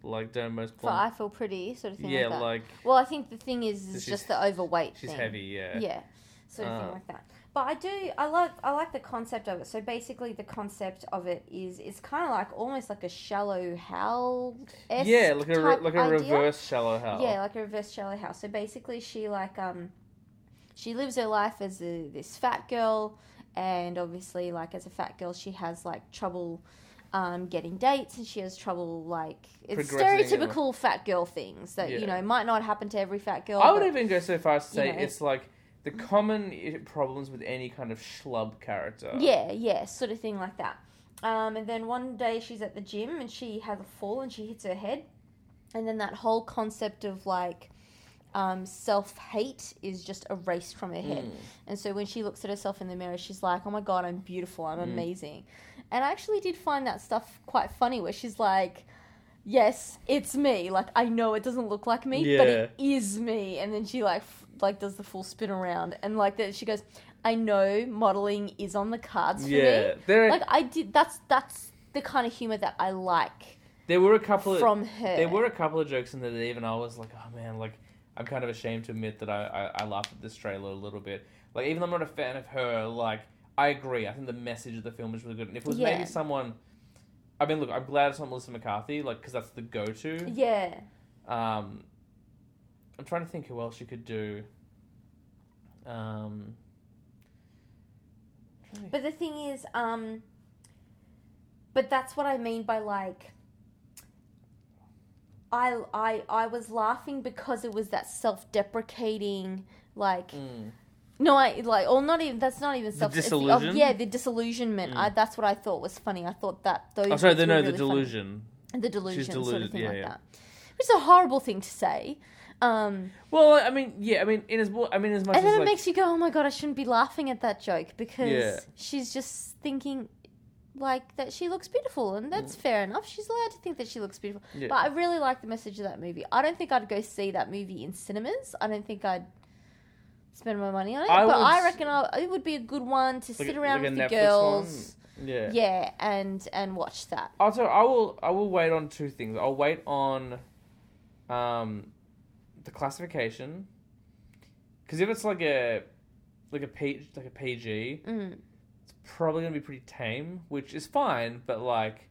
Like don't most
For
blonde.
I feel pretty sort of thing.
yeah,
like, that.
like
well, I think the thing is, is
She's-
just the overweight.
she's
thing.
heavy. Yeah.
yeah sort of
Uh.
thing like that but i do i love i like the concept of it so basically the concept of it is it's kind of like almost like a shallow hell
Yeah, like a re-
type
like a
idea.
reverse shallow hell.
yeah like a reverse shallow house so basically she like um she lives her life as a, this fat girl and obviously like as a fat girl she has like trouble um, getting dates and she has trouble like it's
Progressing in life.
stereotypical fat girl things that you
Yeah.
know might not happen to every fat girl
I
but-
would even go so far as to
you
say
know.
it's like the common i- problems with any kind of schlub character.
Yeah, yeah, sort of thing like that. Um, and then one day she's at the gym and she has a fall and she hits her head. And then that whole concept of like um, self hate is just erased from her head.
Mm.
And so when she looks at herself in the mirror, she's like, oh my God, I'm beautiful, I'm
Mm.
amazing. And I actually did find that stuff quite funny where she's like, yes, it's me. Like, I know it doesn't look like me, but it is me. And then she like, f- like does the full spin around and like that she goes, I know modeling is on the cards for
Yeah, there
me. Like I did, that's, that's the kind of humor that I like
there were a couple of
from her.
there were a couple of jokes in there that even I was like, oh man, like I'm kind of ashamed to admit that I, I I laughed at this trailer a little bit. Like even though I'm not a fan of her, like I agree. I think the message of the film is really good. And if it was
Yeah.
maybe someone, I mean, look, I'm glad it's not Melissa McCarthy, like because that's the go-to.
Yeah.
Um, I'm trying to think who else you could do. Um,
But the thing is, um, but that's what I mean by like, I I I was laughing because it was that self-deprecating, like
mm,
no, I like or not even that's not even
The
self. it's oh,
disillusion?
yeah, the disillusionment.
Mm.
I, that's what I thought was funny. I thought that those.
oh, sorry,
bits
the, no,
were
the
really funny.
delusion.
The delusion, sort of
deluded,
thing
yeah,
like
yeah.
that. Which is a horrible thing to say. Um,
Well, I mean, yeah, I mean, in as well, I mean, as much
and
as
then it
like,
makes you go, oh my god, I shouldn't be laughing at that joke because
Yeah.
she's just thinking like that she looks beautiful, and that's fair enough. She's allowed to think that she looks beautiful.
Mm. yeah.
But I really like the message of that movie. I don't think I'd go see that movie in cinemas. I don't think I'd spend my money on it.
I
but
would
I
s-
reckon I, it would be a good one to
Like
sit
a-
around
like a
with the
Netflix
girls.
one. Yeah.
Yeah, and and watch that.
Also, I will I will wait on two things. I'll wait on um the classification because if it's like a like a P, like a PG,
Mm.
it's probably gonna be pretty tame, which is fine. But like,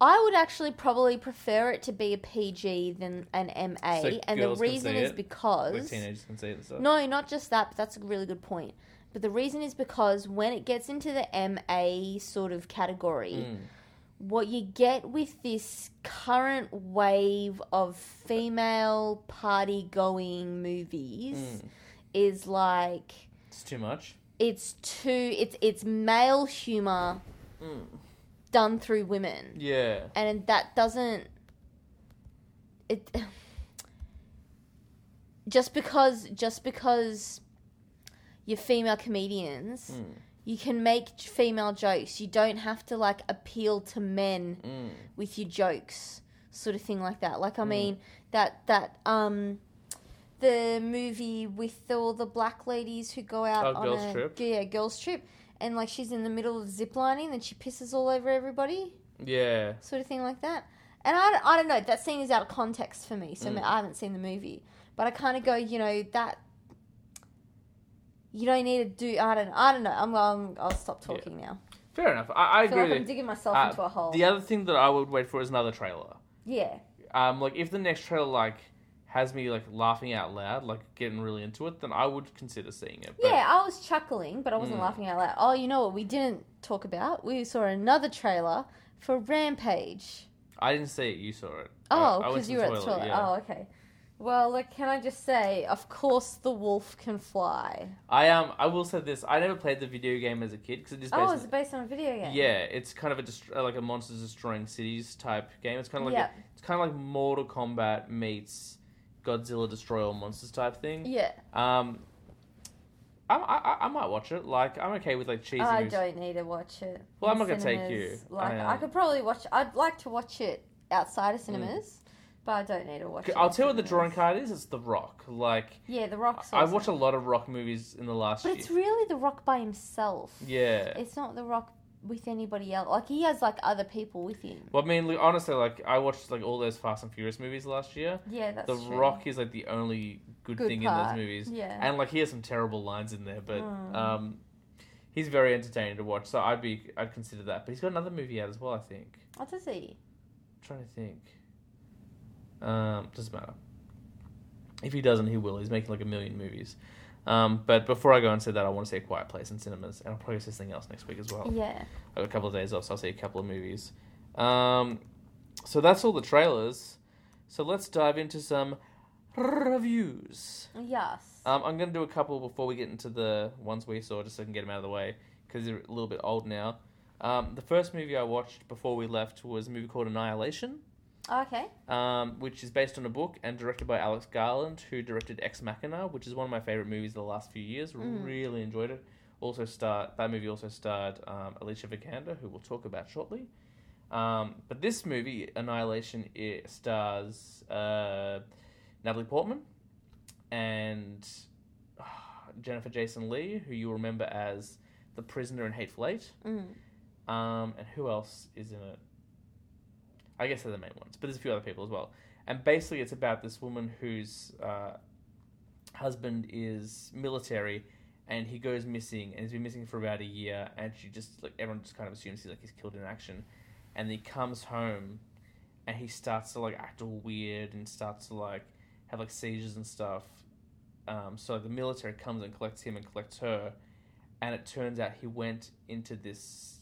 I would actually probably prefer it to be a PG than an MA,
So
and the
girls can
reason
see
is
it?
because
like teenagers can see it and stuff.
No, not just that, but that's a really good point. But the reason is because when it gets into the MA sort of category,
Mm.
what you get with this current wave of female party going movies
Mm.
is like
It's too much.
it's too it's it's male humor
Mm.
done through women.
Yeah.
And that doesn't it just because just because you're female comedians
Mm.
you can make j- female jokes. You don't have to like appeal to men
Mm.
with your jokes, sort of thing like that. Like I
Mm.
mean that that um the movie with all the black ladies who go out
Oh,
on
Girls
a
Trip?
yeah girls trip, and like she's in the middle of ziplining and she pisses all over everybody,
Yeah.
sort of thing like that. And I, don't- I don't know that scene is out of context for me, so
Mm.
I haven't seen the movie, but I kind of go you know that. You don't need to do. I don't. I don't know. I'm. I'm I'll stop
Yeah.
talking now.
Fair enough. I, I
I feel
agree.
like
with
I'm
you.
digging myself
Uh,
into a hole.
The other thing that I would wait for is another trailer.
yeah.
um, like if the next trailer like has me like laughing out loud, like getting really into it, then I would consider seeing it. But
Yeah, I was chuckling, but I wasn't
Mm.
laughing out loud. Oh, you know what we didn't talk about? We saw another trailer for Rampage.
I didn't see it. You saw it. I-
Oh,
I went
because
to
you were at the toilet.
yeah.
Oh, okay. Well, like, can I just say, of course, the wolf can fly.
I um I will say this. I never played the video game as a kid because it is
Oh,
basically
it's based on a video game.
yeah, it's kind of a dest- uh, like a monsters destroying cities type game. It's kind of like
yeah.
a, it's kind of like Mortal Kombat meets Godzilla destroy all monsters type thing.
yeah.
Um, I, I I- I might watch it. Like I'm okay with like cheesy.
I
movies.
don't need to watch it.
Well,
in
I'm not gonna take
cinemas.
you.
Like,
I,
I,
um,
could probably watch. I'd like to watch it outside of cinemas, but I don't need to watch.
Okay,
it
I'll
in
tell you what the drawing
cinemas.
card is. It's The Rock. Like
Yeah, The Rock's.
I- I've
awesome.
watched a lot of Rock movies in the last
But
year.
it's really The Rock by himself.
yeah.
It's not The Rock with anybody else. Like he has like other people with him.
Well, I mean, like, honestly, like I watched like all those Fast and Furious movies last year.
Yeah, that's
the
true.
Rock is like the only good,
Good
thing
part.
in those movies.
Yeah.
And like he has some terrible lines in there, but
Mm.
um, he's very entertaining to watch. So I'd be I'd consider that. But he's got another movie out as well. I think.
What Oh, does he?
I'm trying to think. Um, doesn't matter. If he doesn't, he will. He's making like a million movies. Um, but before I go and say that, I want to see A Quiet Place in cinemas, and I'll probably see something else next week as well.
Yeah.
I've got a couple of days off, so I'll see a couple of movies. Um, so that's all the trailers. So let's dive into some reviews.
Yes.
Um, I'm going to do a couple before we get into the ones we saw, just so I can get them out of the way, because they're a little bit old now. Um, the first movie I watched before we left was a movie called Annihilation,
okay.
um, which is based on a book and directed by Alex Garland, who directed Ex Machina, which is one of my favorite movies of the last few years.
Mm.
Really enjoyed it. Also, starred that movie also starred um, Alicia Vikander, who we'll talk about shortly. Um, but this movie, Annihilation, it stars uh, Natalie Portman and ah, Jennifer Jason Lee, who you'll remember as the prisoner in Hateful Eight.
Mm.
Um, and who else is in it? I guess they're the main ones, but there's a few other people as well. And basically, it's about this woman whose uh, husband is military, and he goes missing, and he's been missing for about a year, and she just like everyone just kind of assumes he's like he's killed in action, and he comes home, and he starts to like act all weird and starts to like have like seizures and stuff. Um, so the military comes and collects him and collects her, and it turns out he went into this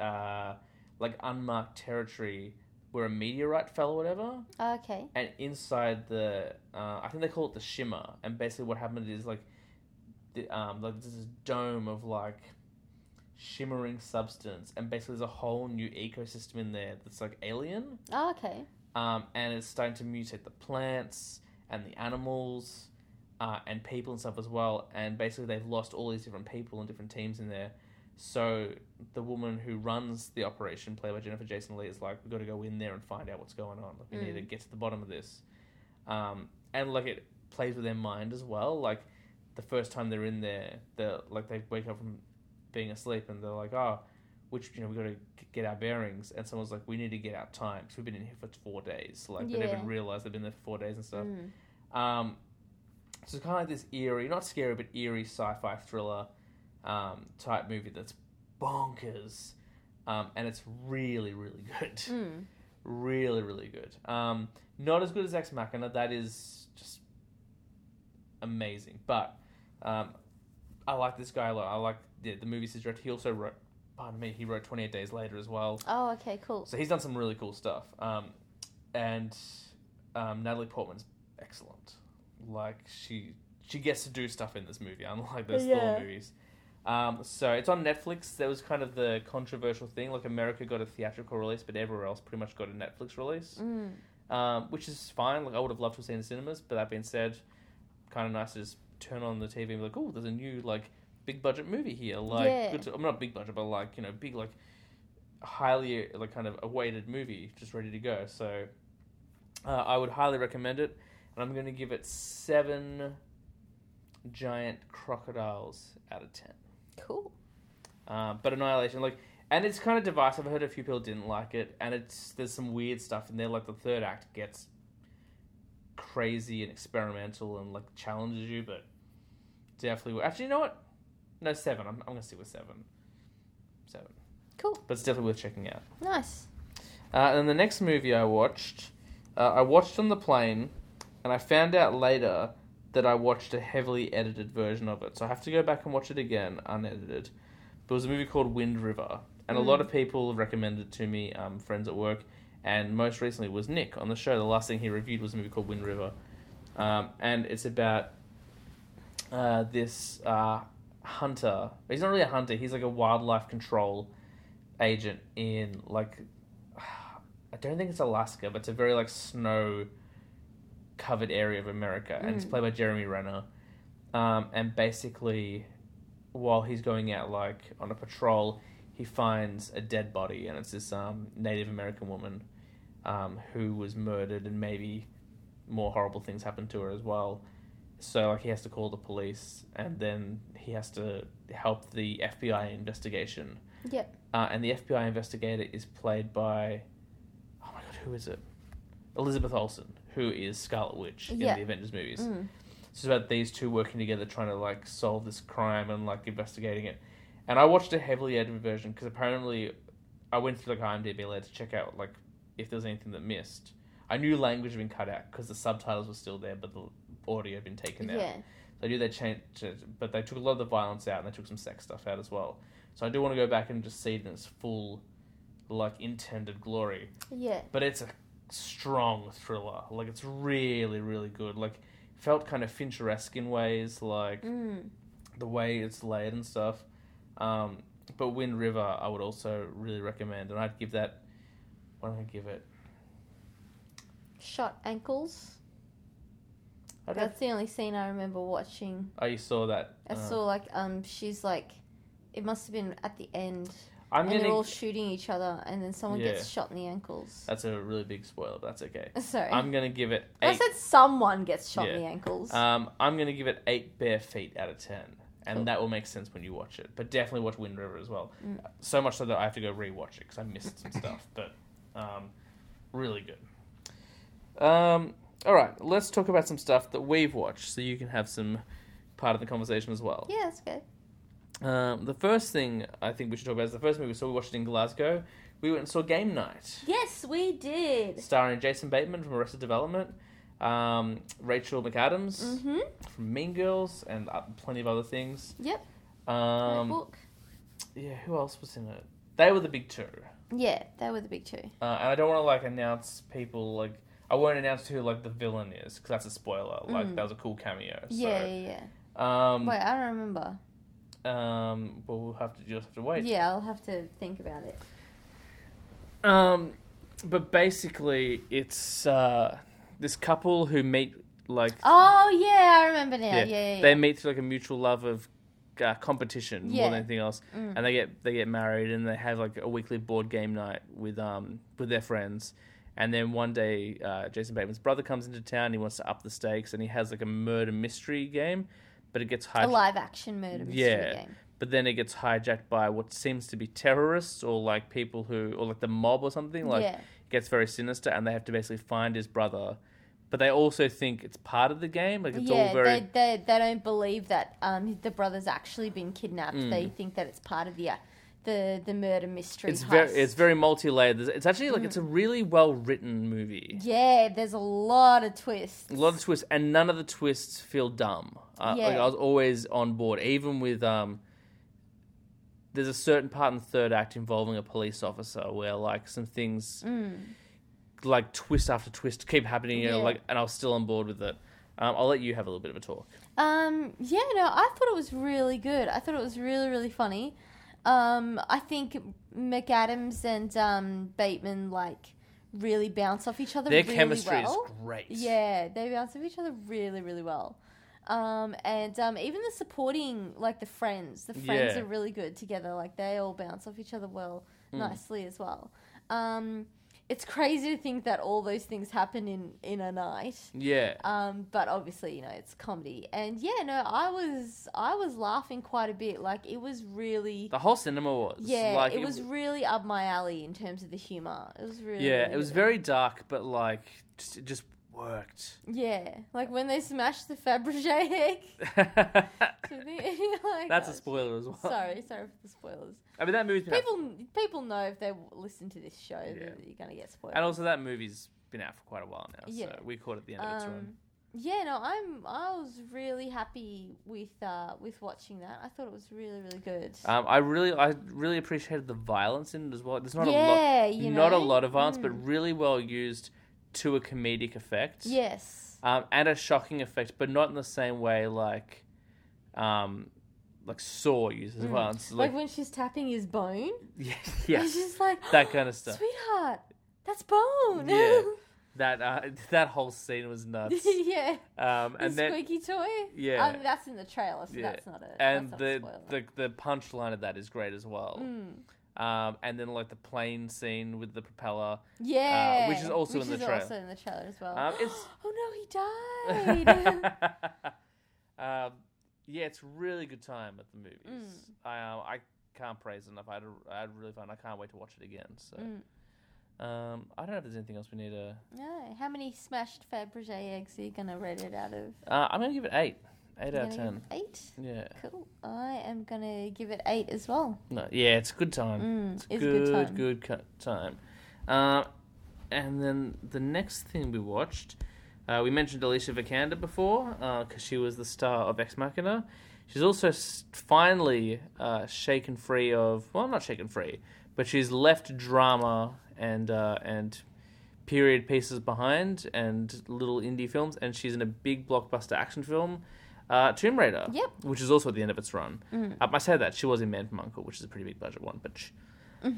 uh, like unmarked territory where a meteorite fell or whatever.
Okay.
And inside the, uh, I think they call it the shimmer. And basically, what happened is like, the um, like this is dome of like shimmering substance, and basically there's a whole new ecosystem in there that's like alien.
okay.
Um, and it's starting to mutate the plants and the animals. Uh, and people and stuff as well, and basically they've lost all these different people and different teams in there. So the woman who runs the operation, played by Jennifer Jason Lee, is like, "We've got to go in there and find out what's going on. Like, we need
Mm.
to get to the bottom of this." Um, and like it plays with their mind as well. Like the first time they're in there, they're like they wake up from being asleep and they're like, "Oh, which you know we got to get our bearings." And someone's like, "We need to get our time because we've been in here for four days. Like they don't
Yeah.
even realize they've been there for four days and stuff."
Mm.
Um, so it's kind of like this eerie, not scary, but eerie sci-fi thriller um, type movie that's bonkers, um, and it's really, really good,
Mm.
really, really good. Um, not as good as Ex Machina. That is just amazing. But um, I like this guy a lot. I like the, the movies he's directed. He also wrote, pardon me, he wrote Twenty Eight Days Later as well.
Oh, okay. Cool.
So he's done some really cool stuff. Um, and um, Natalie Portman's excellent. Like she she gets to do stuff in this movie, unlike those
Yeah.
Thor movies. Um, so it's on Netflix. That was kind of the controversial thing. Like America got a theatrical release, but everywhere else pretty much got a Netflix release,
Mm.
um, which is fine. Like I would have loved to have seen it in cinemas, but that being said, kind of nice to just turn on the TV and be like, oh, there's a new like big budget movie here. Like,
Yeah.
good to, I'm not big budget, but like you know, big like highly like kind of awaited movie, just ready to go. So uh, I would highly recommend it, and I'm going to give it seven giant crocodiles out of ten.
Cool.
Um, but Annihilation, like, and it's kind of divisive. I heard a few people didn't like it, and it's there's some weird stuff in there. Like the third act gets crazy and experimental and like challenges you, but definitely. Actually, you know what? No, seven. I'm, I'm gonna stick with seven. Seven.
Cool.
But it's definitely worth checking out.
Nice.
Uh, and the next movie I watched, uh, I watched on the plane, and I found out later that I watched a heavily edited version of it. So I have to go back and watch it again, unedited. But it was a movie called Wind River, and a lot
Mm.
of people recommended it to me, um, friends at work, and most recently was Nick on the show. The last thing he reviewed was a movie called Wind River. um, and it's about uh, this uh, hunter. He's not really a hunter. He's like a wildlife control agent in like I don't think it's Alaska, but it's a very like snow covered area of America, and it's
Mm.
played by Jeremy Renner. Um, and basically, while he's going out like on a patrol, he finds a dead body, and it's this um, Native American woman um, who was murdered, and maybe more horrible things happened to her as well. So like he has to call the police, and then he has to help the FBI investigation.
Yep.
Uh, and the FBI investigator is played by, oh my god, who is it? Elizabeth Olsen, who is Scarlet Witch in
Yeah.
the Avengers movies.
Mm.
It's just about these two working together, trying to like solve this crime and like investigating it. And I watched a heavily edited version because apparently I went through like IMDb later to check out like if there was anything that missed. I knew language had been cut out because the subtitles were still there, but the audio had been taken out.
Yeah.
So I knew they changed it, but they took a lot of the violence out and they took some sex stuff out as well. So I do want to go back and just see it in its full, like, intended glory.
Yeah.
But it's a strong thriller. Like, it's really, really good. Like, felt kind of Fincher-esque in ways, like
Mm.
the way it's laid and stuff. Um, but Wind River, I would also really recommend. And I'd give that, what did I give it?
Shot ankles.
I don't know
That's the only scene I remember watching.
if- oh, you saw that.
I
Uh,
saw like um she's like it must have been at the end
I'm
and they're all
gonna,
shooting each other and then someone
Yeah.
gets shot in the ankles.
that's a really big spoiler, but that's okay.
Sorry.
I'm going to give it
I
eight
said someone gets shot
Yeah.
in the ankles.
Um, I'm going to give it eight bare feet out of ten, and
Cool.
that will make sense when you watch it. But definitely watch Wind River as well.
Mm.
So much so that I have to go rewatch it because I missed some stuff. But um, really good. Um, all right, let's talk about some stuff that we've watched, so you can have some part of the conversation as well.
yeah, that's good.
Um, the first thing I think we should talk about is the first movie we saw. We watched it in Glasgow. We went and saw Game Night
Yes, we did.
starring Jason Bateman from Arrested Development, um, Rachel McAdams
Mhm.
from Mean Girls, and uh, plenty of other things.
Yep. Great
Um,
book.
yeah, who else was in it? They were the big two,
Yeah, they were the big two.
uh, and I don't want to like announce people like I won't announce who like the villain is because that's a spoiler. Like
Mm.
that was a cool cameo. So.
Yeah, yeah,
Um,
yeah. Wait, I don't remember.
um, but we'll have to just have to wait.
Yeah, I'll have to think about it.
Um, but basically, it's uh, this couple who meet like
Oh yeah, I remember now.
Yeah,
Yeah, yeah, yeah.
they meet through like a mutual love of uh, competition more
Yeah.
than anything else,
Mm.
and they get they get married and they have like a weekly board game night with um with their friends, and then one day uh, Jason Bateman's brother comes into town. He wants to up the stakes and he has like a murder mystery game, but it gets
a
hijacked.
live action murder mystery
Yeah.
game.
But then it gets hijacked by what seems to be terrorists or like people who or like the mob or something like
yeah,
gets very sinister and they have to basically find his brother. But they also think it's part of the game, like it's
yeah.
all very
they, they they don't believe that um the brother's actually been kidnapped.
Mm.
They think that it's part of the uh, the the murder mystery.
It's very,
heist.
it's very multi-layered. There's- It's actually like
Mm.
it's a really well-written movie.
yeah. There's a lot of twists.
A lot of twists, and none of the twists feel dumb. Uh, Like
Yeah.
I was always on board, even with um. There's a certain part in the third act involving a police officer where like some things,
Mm. Hmm.
like twist after twist, keep happening. You know,
Yeah.
like, and I was still on board with it. Um, I'll let you have a little bit of a talk.
Um, yeah, no, I thought it was really good. I thought it was really, really funny. Um, I think McAdams and um, Bateman like really bounce off each other.
Their
really
chemistry
well.
is great.
Yeah, they bounce off each other really, really well. Um, and um, even the supporting, like the friends, the friends
Yeah. Hmm.
are really good together. Like they all bounce off each other well, nicely as well. Um, it's crazy to think that all those things happen in in a night.
Yeah.
Um, but obviously, you know, it's comedy, and yeah, no, I was I was laughing quite a bit. Like it was really,
The whole cinema was.
yeah,
Like
it was really up my alley in terms of the humor. It was really,
Yeah.
really
It was
good.
very dark, but like just, it just worked.
yeah. Like when they smashed the Fabergé egg.
That's
to the- like,
a
oh,
spoiler as well.
Sorry, sorry for the spoilers.
I mean, that movie's been out,
People people know if they w- listen to this show
Yeah.
that you're gonna get spoiled.
and also that movie's been out for quite a while now.
Yeah. Um,
So we caught it at the end of its run.
yeah, no, I'm I was really happy with uh with watching that. I thought it was really really good.
Um, I really, I really appreciated the violence in it as well. There's not
yeah,
a lot,
you know?
not a lot of violence,
Mm.
but really well used to a comedic effect.
Yes.
um, and a shocking effect, but not in the same way like, um, like Saw uses
Mm.
violence.
Like,
Like,
when she's tapping his bone.
yeah,
It's
yes,
just like
that kind of stuff.
Sweetheart, that's bone.
Yeah. That uh, that whole scene was nuts.
yeah.
Um,
the
and then
squeaky toy.
Yeah.
I mean, that's in the trailer, so
Yeah.
that's not a.
and
that's not
the,
a spoiler.
the the punchline of that is great as well.
Mm.
Um, and then like the plane scene with the propeller.
Yeah,
Uh, which is also in the
is
trailer.
also in the trailer as well.
Um, it's-
oh no, he died.
um, yeah, it's really good time at the
Mm.
movies. I um, I can't praise it enough. I had, a, I had a really fun. I can't wait to watch it again. So
Mm.
um, I don't know if there's anything else we need to.
no, how many smashed Fabergé eggs are you gonna rate it out of?
Uh, I'm gonna give it eight, eight
You're
out of
gonna
ten.
give it Eight.
Yeah,
Cool. I am gonna give it eight as well.
no, yeah, it's a good time.
Mm,
Um, It's
it's a
good,
good
good,
time.
cu- time. Uh, and then the next thing we watched, uh, we mentioned Alicia Vikander before because she was the star of Ex Machina. She's also s- finally uh, shaken free of well, not shaken free, but she's left drama and uh, and period pieces behind and little indie films, and she's in a big blockbuster action film. Uh, Tomb Raider,
Yep. Mm-hmm.
which is also at the end of its run. Um, I say that she was in Man from Uncle, which is a pretty big budget one, but sh-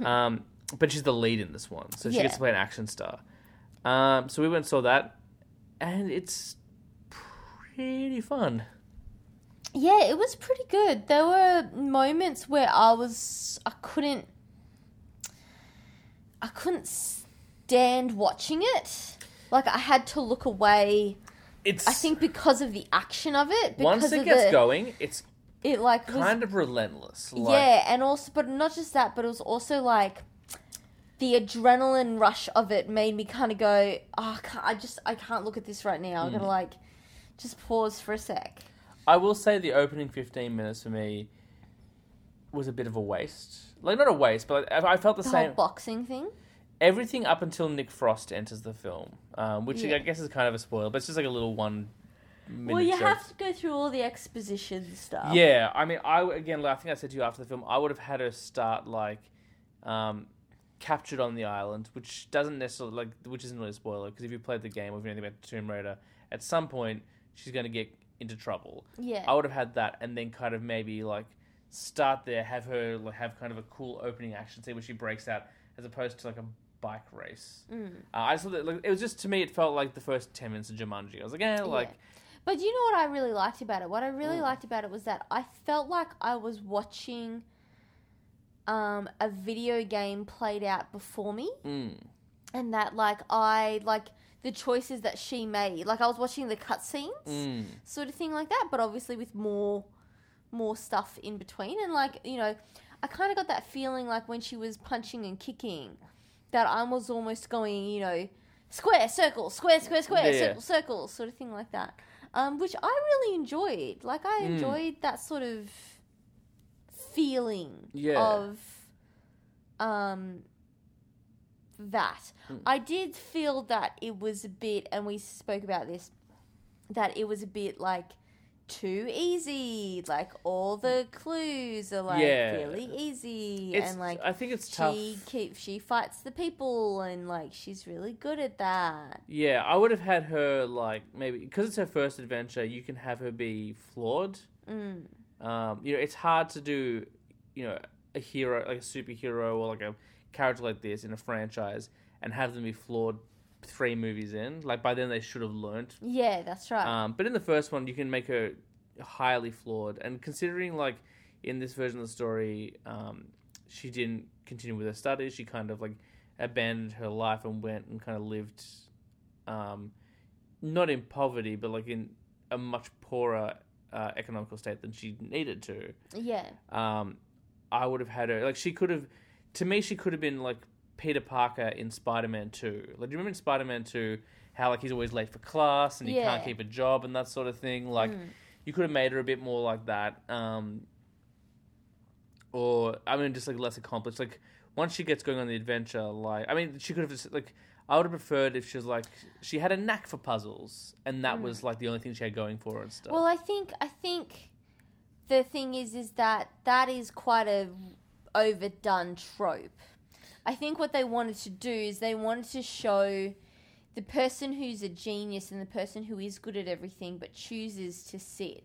um, but she's the lead in this one, so she
Mm-hmm. Yeah.
gets to play an action star. Um, so we went and saw that, and it's pretty fun.
Yeah, it was pretty good. There were moments where I was I couldn't I couldn't stand watching it. Like I had to look away.
It's
I think because of the action of it. Because
once it
of
gets
the,
going, it's
it like was
kind of relentless. Like,
yeah, and also, but not just that, but it was also like the adrenaline rush of it made me kind of go, oh, I, can't, I just I can't look at this right now. I'm gonna
Mm.
like just pause for a sec.
I will say the opening 15 minutes for me was a bit of a waste. Like, not a waste, but like, I I felt the,
The
same.
whole boxing thing.
Everything up until Nick Frost enters the film, um, which
Yeah.
I guess is kind of a spoiler, but it's just like a little one minute
Well, you
joke.
have to go through all the exposition stuff.
Yeah, I mean, I again, like I think I said to you after the film, I would have had her start like um, captured on the island, which doesn't necessarily like, which isn't really a spoiler because if you played the game or if you know anything about Tomb Raider, at some point she's going to get into trouble.
yeah.
I would have had that, and then kind of maybe like start there, have her like, have kind of a cool opening action scene where she breaks out, as opposed to like a bike race.
Mm.
Uh, I just thought that like, it was just to me, it felt like the first ten minutes of Jumanji. I was like, eh, like Mm.
But you know what I really liked about it? What I really liked about it was that I felt like I was watching um, a video game played out before me,
mm,
and that like I like the choices that she made. Like I was watching the cutscenes,
mm.
sort of thing like that. But obviously with more more stuff in between, and like you know, I kind of got that feeling like when she was punching and kicking, that I was almost going, you know, square, circle, square, square, square,
Yeah.
circle, circle, sort of thing like that. Um, which I really enjoyed. Like I
Mm.
enjoyed that sort of feeling
Yeah.
of um that.
Mm.
I did feel that it was a bit and we spoke about this that it was a bit like too easy. Like all the clues are like
Mm. Yeah.
really easy
It's,
and like
I think it's tough.
she keep she fights the people and like she's really good at that.
Yeah, I would have had her like maybe because it's her first adventure. You can have her be flawed.
Mm.
Um, you know, it's hard to do. You know, a hero like a superhero or like a character like this in a franchise and have them be flawed three movies in. Like by then they should have learnt.
Yeah, that's right.
Um, but in the first one, you can make her highly flawed. And considering like in this version of the story, um, she didn't continue with her studies. She kind of like abandoned her life and went and kind of lived, um, not in poverty, but like in a much poorer uh, economical state than she needed to
yeah.
um, I would have had her. Like she could have, to me, she could have been like Peter Parker in Spider Man Two. Like, do you remember in Spider Man Two how like he's always late for class and he can't
Yeah.
keep a job and that sort of thing? Like,
Mm.
you could have made her a bit more like that. Um, or I mean, just like less accomplished. Like once she gets going on the adventure, like I mean, she could have just like. I would have preferred if she was like she had a knack for puzzles, and that was like the only thing she had going for her and stuff.
Mm. Well, I think I think the thing is is that that is quite a overdone trope. I think what they wanted to do is they wanted to show the person who's a genius and the person who is good at everything but chooses to sit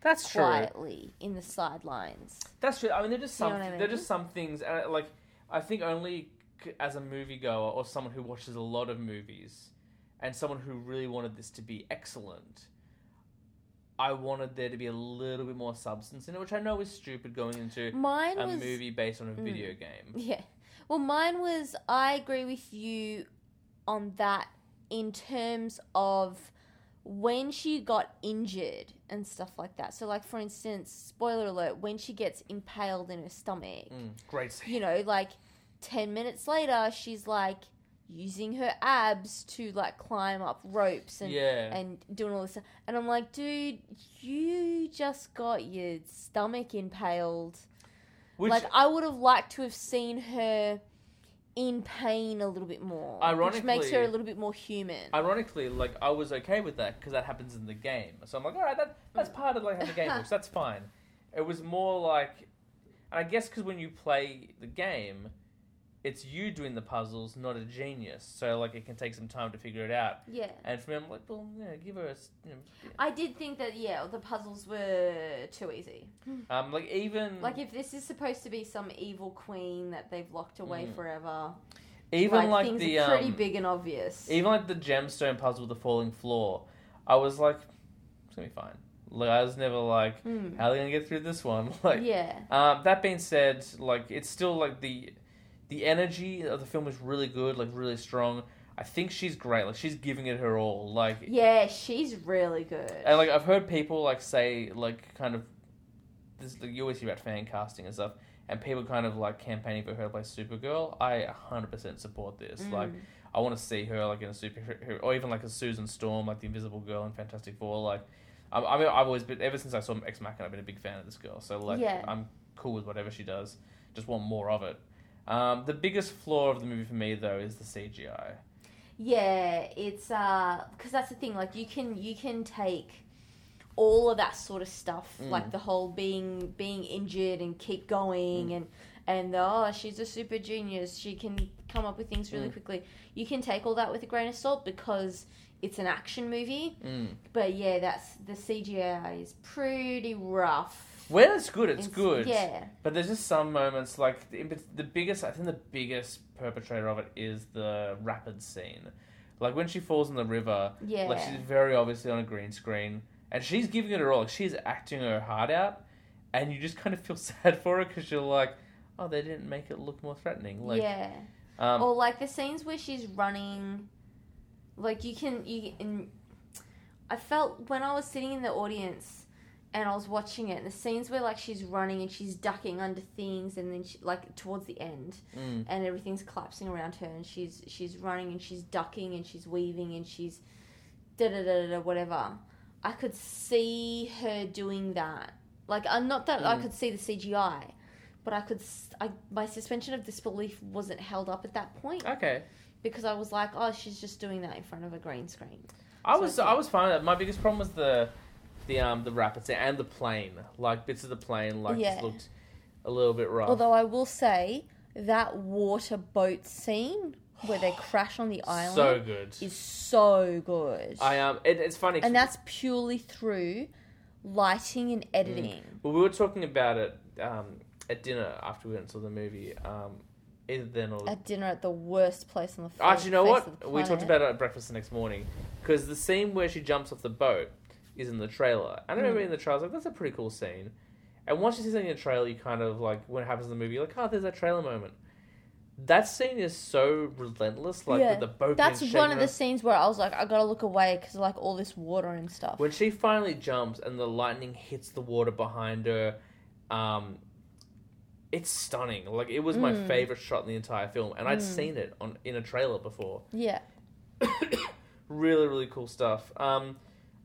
That's true.
quietly in the sidelines.
That's true. I mean, they're just
You know
some.
what I
They're
mean?
just some things. And uh, like, I think only c- as a moviegoer or someone who watches a lot of movies, and someone who really wanted this to be excellent, I wanted there to be a little bit more substance in it, which I know is stupid going into
Mine
a
was
movie based on a
Mm.
video game.
Yeah. Well, mine was I agree with you on that in terms of when she got injured and stuff like that. So like for instance, spoiler alert, when she gets impaled in her stomach,
Mm, great scene.
you know, like 10 minutes later she's like using her abs to like climb up ropes and
yeah.
and doing all this stuff. and I'm like, dude, you just got your stomach impaled
Which
like I would have liked to have seen her in pain a little bit more, which makes her
Ironically-
a little bit more human.
Ironically, like I was okay with that because that happens in the game. So I'm like, all right, that that's part of like how the game works. That's fine. It was more like, and I guess because when you play the game, it's you doing the puzzles, not a genius. So like it can take some time to figure it out.
yeah,
And for me, I'm like, well, yeah, give her a. s- You know,
I did think that yeah, the puzzles were too easy.
um, like even
Like if this is supposed to be some evil queen that they've locked away
Mm.
forever,
even like,
things
the
are pretty
um,
big and obvious.
even like the gemstone puzzle, with the falling floor. I was like, it's gonna be fine. Like I was never like,
Mm.
how are they gonna get through this one? Like.
yeah,
Um, that being said, like it's still like the the energy of the film is really good, like really strong. I think she's great. Like she's giving it her all. Like
yeah, she's really good.
and like I've heard people like say like kind of this like, you always hear about fan casting and stuff, and people kind of like campaigning for her to play Supergirl. I 100% support this. Like
Mm.
I want to see her like in a super or even like a Susan Storm, like the Invisible Girl in Fantastic Four. Like I, I mean, I've always been ever since I saw Ex Machina, I've been a big fan of this girl. So like
Yeah.
I'm cool with whatever she does. Just want more of it. Um, the biggest flaw of the movie for me though is the CGI.
Yeah, it's uh because that's the thing. Like you can you can take all of that sort of stuff,
Mm.
like the whole being being injured and keep going
Mm.
and and the, oh she's a super genius. She can come up with things really
Mm.
quickly. You can take all that with a grain of salt because it's an action movie.
Mm.
But yeah, that's the CGI is pretty rough.
When it's good, it's, good.
Yeah,
But there's just some moments like the, in pat- the biggest. I think the biggest perpetrator of it is the rapids scene. Like when she falls in the river,
yeah.
Like she's very obviously on a green screen, and she's giving it her all. Like she's acting her heart out, and you just kind of feel sad for her because you're like, oh, they didn't make it look more threatening. Like,
yeah.
um,
or like the scenes where she's running like you can you and i felt when i was sitting in the audience and i was watching it and the scenes where like she's running and she's ducking under things and then she like towards the end
mm,
and everything's collapsing around her and she's she's running and she's ducking and she's weaving and she's da da da da, da whatever i could see her doing that like i'm not that i
Mm.
could see the cgi but i could s I my suspension of disbelief wasn't held up at that point
okay.
because i was like oh she's just doing that in front of a green screen
I
So
was
I
I
think-
was fine. with that. My biggest problem was the the um the rapids and the plane. Like bits of the plane like
Yeah.
just looked a little bit rough.
although i will say that water boat scene where they crash on the island
so good.
is so good
I um it, it's funny. 'cause
and that's purely through lighting and editing.
Well, we were talking about it um, at dinner after we went and saw the movie. Um, either then or
At dinner at the worst place on the fa-
Actually, Mm. Ah, you know what?
face of the
We talked
planet.
about it at breakfast the next morning because the scene where she jumps off the boat is in the trailer. And I remember
Hmm.
in the trailer, I was like, that's a pretty cool scene. And once you see something in the trailer, you kind of like, when it happens in the movie, you're like, oh, there's that trailer moment. That scene is so relentless, like
Yeah.
with the boat.
That's
being
one
shaken
of the
up.
scenes where I was like, I gotta look away because like all this water and stuff.
When she finally jumps and the lightning hits the water behind her, um, it's stunning. Like it was my
Mm.
favorite shot in the entire film, and I'd
Mm.
seen it on in a trailer before.
yeah,
really really cool stuff um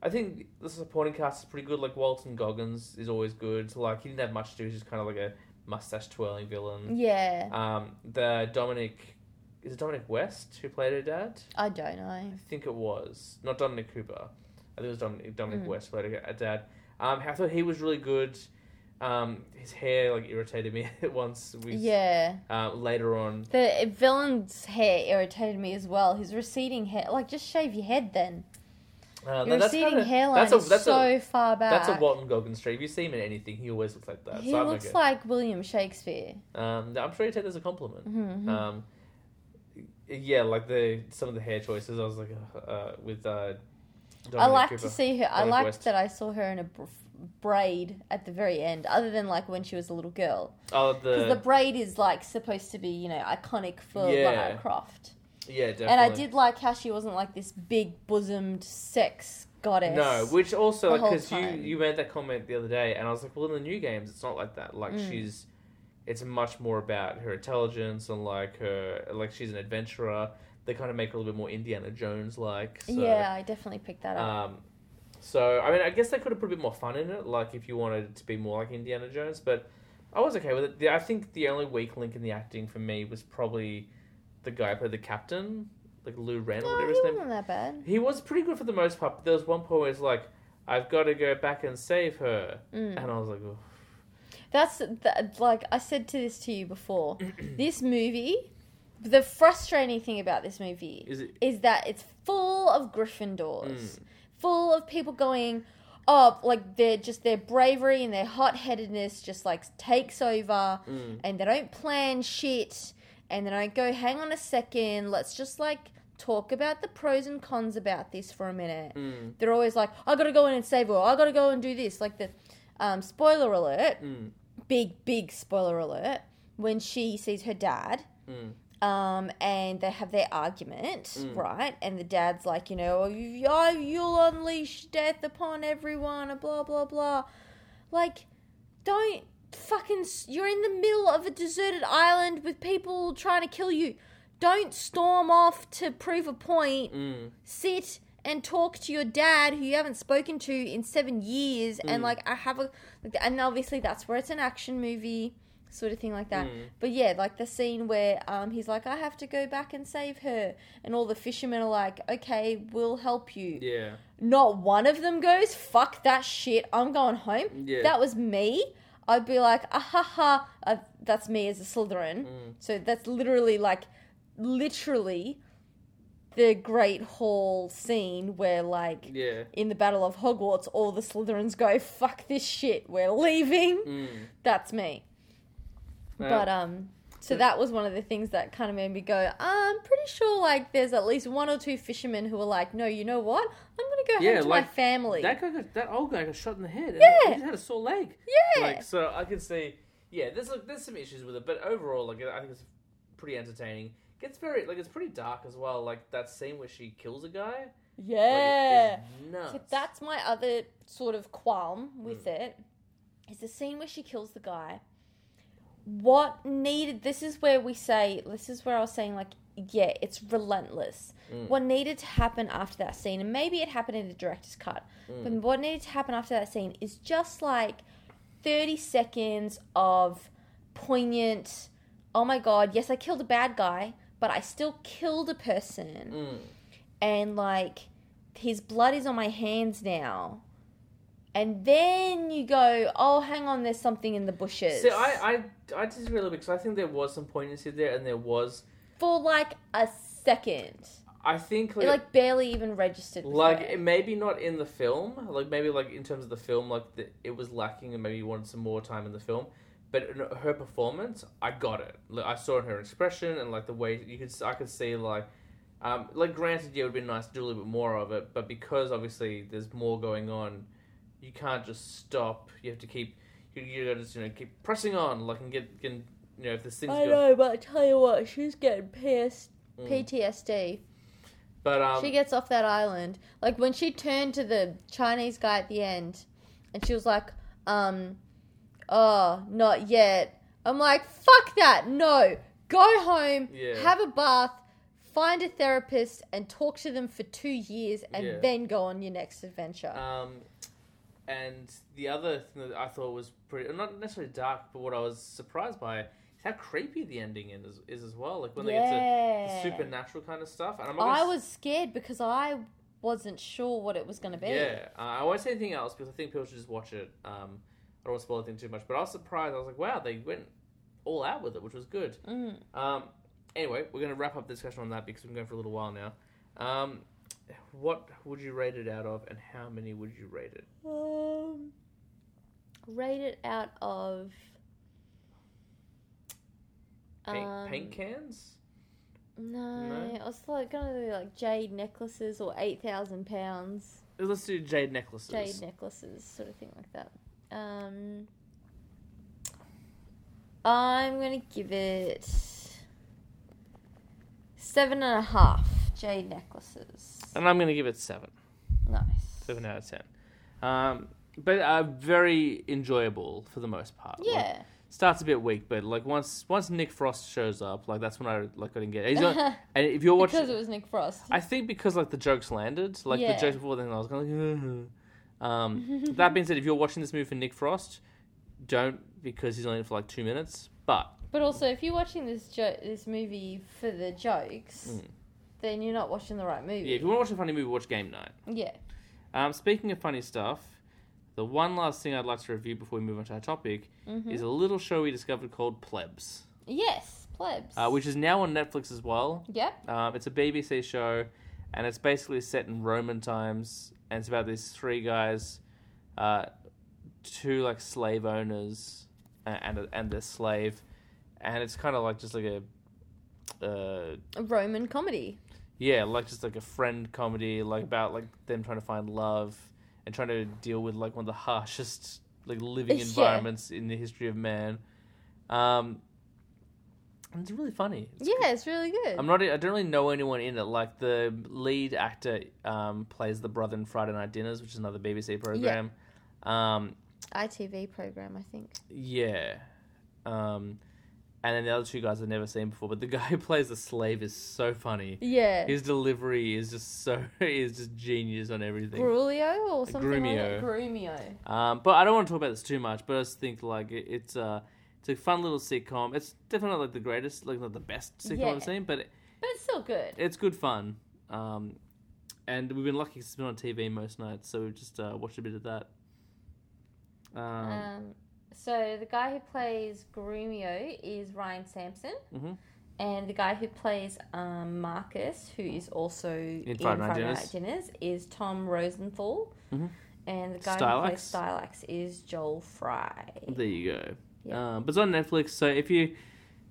i think the supporting cast is pretty good like walton goggins is always good like he didn't have much to do he's just kind of like a mustache twirling villain
yeah.
um the dominic is it dominic west who played her dad
I don't know.
i think it was not dominic cooper i think it was dominic, dominic
Mm.
west who played her dad um i thought he was really good Um, his hair like irritated me once. We
yeah.
Uh, later on,
The villain's hair irritated me as well. His receding hair, like just shave your head then.
uh,
Your
no, that's
receding
kinda,
hairline
that's a-
is
that's a-
so far back.
That's a Walton Goggins trait. If you see him in anything, he always looks like that.
He
so I'm
looks
okay.
like William Shakespeare.
Um, no, I'm sure you take that as a compliment.
Mhm, mhm.
Um, yeah, like the some of the hair choices, I was like, uh, uh, with uh,
I
Dominic
liked
Cooper.
to see her. I
Dominic
liked
West.
that I saw her in a br- braid at the very end, other than like when she was a little girl.
Oh,
Because
the,
the braid is like supposed to be, you know, iconic for
Yeah.
Lara Croft.
yeah, definitely.
And I did like how she wasn't like this big bosomed sex goddess.
No, which also
the
like
whole
because you
time.
you made that comment the other day, and I was like, well, in the new games, it's not like that. Like
Mm.
she's, it's much more about her intelligence and like her like she's an adventurer. They kind of make her a little bit more Indiana Jones like. So,
yeah, I definitely picked that up.
Um, so I mean, I guess they could have put a bit more fun in it, like if you wanted it to be more like Indiana Jones. But I was okay with it. The- I think the only weak link in the acting for me was probably the guy who played the captain, like Lou Ren, or
no,
whatever
he
his name.
wasn't Eh, that bad.
He was pretty good for the most part. But there was one point where it's like, "I've got to go back and save her,"
Mm.
and I was like, "Ugh."
That's that, like I said to this to you before. this movie, the frustrating thing about this movie
"Is it?"
is that it's full of Gryffindors,
Mm.
full of people going, oh, like they're just their bravery and their hot headedness just like takes over,
Mm.
and they don't plan shit, and they don't go, hang on a second, let's just like talk about the pros and cons about this for a minute.
Mm.
They're always like, I gotta go in and save her, I gotta go and do this, like the. Um, spoiler alert!
Mm.
Big, big spoiler alert! When she sees her dad,
Mm.
um, and they have their argument,
Mm.
right? And the dad's like, you know, "You- I- you'll unleash death upon everyone, and blah blah blah. Like, don't fucking. s- You're in the middle of a deserted island with people trying to kill you. Don't storm off to prove a point.
Mm.
Sit and talk to your dad, who you haven't spoken to in seven years, and
Mm.
like, I have a. Like, and obviously, that's where it's an action movie sort of thing like that.
Mm.
But yeah, like the scene where um, he's like, I have to go back and save her. And all the fishermen are like, okay, we'll help you.
Yeah,
Not one of them goes, fuck that shit, I'm going home.
yeah.
That was me. I'd be like, ah ha ha, uh, that's me as a Slytherin.
Mm.
So that's literally like, literally the Great Hall scene where like
yeah.
in the Battle of Hogwarts, all the Slytherins go, fuck this shit, we're leaving.
Mm.
That's me. But um, so
Yeah.
that was one of the things that kind of made me go. I'm pretty sure like there's at least one or two fishermen who are like, no, you know what? I'm gonna go
Yeah,
home to my
like,
family.
That guy got, that old guy got shot in the head. And
Yeah.
he just had a sore leg.
Yeah.
Like so, I can see. Yeah, there's like, there's some issues with it, but overall, like I think it's pretty entertaining. Gets very like it's pretty dark as well. Like that scene where she kills a guy. Like,
yeah.
it is nuts.
So that's my other sort of qualm with it is the scene where she kills the guy. What needed this is where we say this is where I was saying like yeah, it's relentless.
Mm.
What needed to happen after that scene, and maybe it happened in the director's cut, but
Mm.
what needed to happen after that scene is just like 30 seconds of poignant, oh my god, yes, I killed a bad guy, but I still killed a person
Mm.
and like his blood is on my hands now. And then you go, oh, hang on, there's something in the bushes.
See, I, I, I disagree a little bit because I think there was some poignancy there, and there was.
for like a second,
I think
it
like, like,
like barely even registered. with me.
maybe not in the film, like maybe like in terms of the film, like the, it was lacking, and maybe you wanted some more time in the film. But in her performance, I got it. Like, I saw in her expression and like the way you could, s- I could see like, um, like granted, yeah, it would be nice to do a little bit more of it, but because obviously there's more going on, you can't just stop. You have to keep, you, you gotta just you know keep pressing on, like and get, can you know if there's things.
I
go-
know, but I tell you what, she's getting pissed.
Mm.
PTSD.
But um,
she gets off that island. Like when she turned to the Chinese guy at the end and she was like, um, oh, not yet. I'm like, fuck that. No. Go home,
Yeah.
have a bath, find a therapist, and talk to them for two years and
Yeah.
then go on your next adventure.
Um, and the other thing that I thought was pretty, not necessarily dark, but what I was surprised by is how creepy the ending in is, is as well. Like when they get to the
yeah.
supernatural kind of stuff. And I'm not
I
gonna s-
was scared because I wasn't sure what it was going to be.
Yeah, uh, I won't say anything else because I think people should just watch it. Um, don't want to spoil anything too much, but I was surprised. I was like, wow, they went all out with it, which was good.
Mm.
Um, anyway, we're going to wrap up the discussion on that because we've been going for a little while now. Um, what would you rate it out of, and how many would you rate it?
Um, rate it out of.
Paint,
um,
paint cans?
No,
No?
I was like gonna do like jade necklaces or eight thousand pounds
Let's do jade necklaces.
jade necklaces, sort of thing like that. Um, I'm gonna give it seven and a half jade necklaces.
and I'm going to give it seven.
Nice.
Um, seven out of ten. Um, but uh, very enjoyable for the most part. Like,
Yeah.
starts a bit weak, but like once once Nick Frost shows up, like that's when I like I didn't get. It. He's on, and if you're watching,
because it was Nick Frost.
I think because like the jokes landed, like
Yeah.
the jokes before then, I was kind of like. um, that being said, if you're watching this movie for Nick Frost, don't because he's only in it for like two minutes. But
But also, if you're watching this jo- this movie for the jokes,
Mm.
then you're not watching the right
yeah, if
movie.
you want to watch a funny movie, watch Game Night.
Yeah.
Um, speaking of funny stuff, the one last thing I'd like to review before we move on to our topic
Mhm.
is a little show we discovered called Plebs.
Yes, plebs.
uh, which is now on Netflix as well.
Yep.
Um, it's a BBC show, and it's basically set in Roman times, and it's about these three guys, uh, two like slave owners a- and and their slave, and it's kind of like just like a, uh,
A Roman comedy.
yeah, like just like a friend comedy, like about like them trying to find love and trying to deal with like one of the harshest like living
Yeah.
environments in the history of man. Um, and it's really funny. It's
yeah, it's really good.
I'm not. e, I don't really know anyone in it. Like the lead actor um, plays the brother in Friday Night Dinners, which is another BBC program. Um,
ITV program, I think.
yeah. Um, and then the other two guys I've never seen before, but the guy who plays the slave is so funny.
Yeah.
His delivery is just so is just genius on everything.
Grulio or something like that.
Uh, Grumio.
Grumio.
Um, but I don't want to talk about this too much. But I just think like it, it's a it's a fun little sitcom. It's definitely not like the greatest, like not the best sitcom
Yeah.
I've seen, but
But it's still good.
it's good fun. Um, and we've been lucky 'cause it's been on TV most nights, so we've just uh, watched a bit of that. Um,
Um, so the guy who plays Grumio is Ryan Sampson.
mhm.
And the guy who plays um, Marcus, who is also in
Friday
Friday
Night
Night
Dinners.
Dinners, is Tom Rosenthal.
Mhm.
And the guy who plays Stylax is Joel Fry.
There you go.
Yeah.
Um, but it's on Netflix, so if you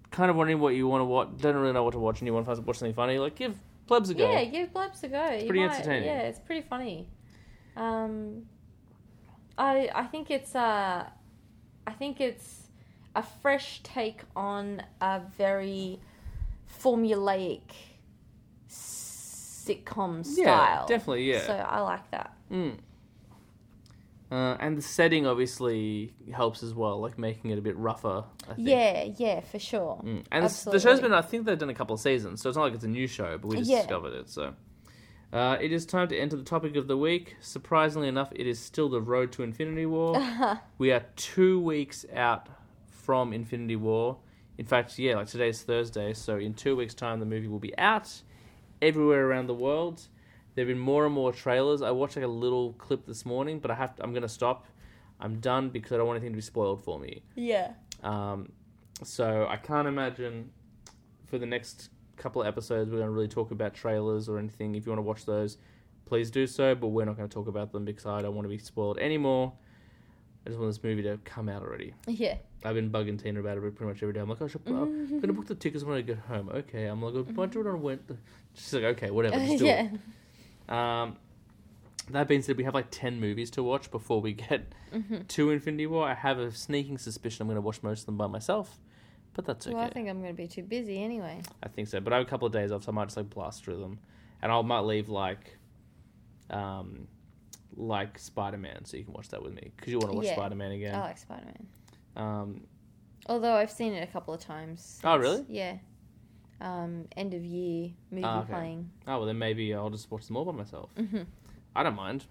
kind of wondering what you want to watch, don't really know what to watch, and you want to watch something funny, like give Plebs a go.
Yeah, give Blabs a go. It's
pretty entertaining.
Yeah, it's pretty funny. Um, I I think it's uh, I think it's a fresh take on a very formulaic sitcom
Yeah,
style.
definitely, yeah.
So I like that.
Mm. Uh, and the setting obviously helps as well, like making it a bit rougher. I think.
Yeah, yeah, for sure.
Mm. And it's- the show's been, I think they've done a couple of seasons, so it's not like it's a new show, but we just
Yeah.
discovered it, so. Uh, it is time to enter the topic of the week. Surprisingly enough, it is still the road to Infinity War. we are two weeks out from Infinity War. In fact, yeah, like today's Thursday, so in two weeks' time, the movie will be out everywhere around the world. There have been more and more trailers. I watched like a little clip this morning, but I have to, I'm going to stop. I'm done because I don't want anything to be spoiled for me.
yeah.
Um, so I can't imagine for the next couple of episodes we're going to really talk about trailers or anything. If you want to watch those, please do so. But we're not going to talk about them because I don't want to be spoiled anymore. I just want this movie to come out already.
Yeah.
I've been bugging Tina about it pretty much every day. I'm like, I should,
Mm-hmm.
I'm going to book the tickets when I get home. Okay. I'm like, I'll do it on Wednesday. She's like, okay, whatever. Just do
yeah.
it. Um, that being said, we have like 10 movies to watch before we get
Mm-hmm.
to Infinity War. I have a sneaking suspicion I'm going to watch most of them by myself, but that's okay.
Well,
I,
I
think...
think I'm going to be too busy anyway.
so. But I have a couple of days off, so I might just like blast through them, and I might leave like, um, like Spider Man, so you can watch that with me because you want to watch
Yeah. Oh.
Spider Man
I
again.
like Spider Man.
Um,
Although I've seen it a couple of times.
Oh,
since-
really?
Yeah. Um, end of year movie
Ah, okay.
playing.
oh well, then maybe I'll just watch them all by myself.
Mhm.
I don't mind.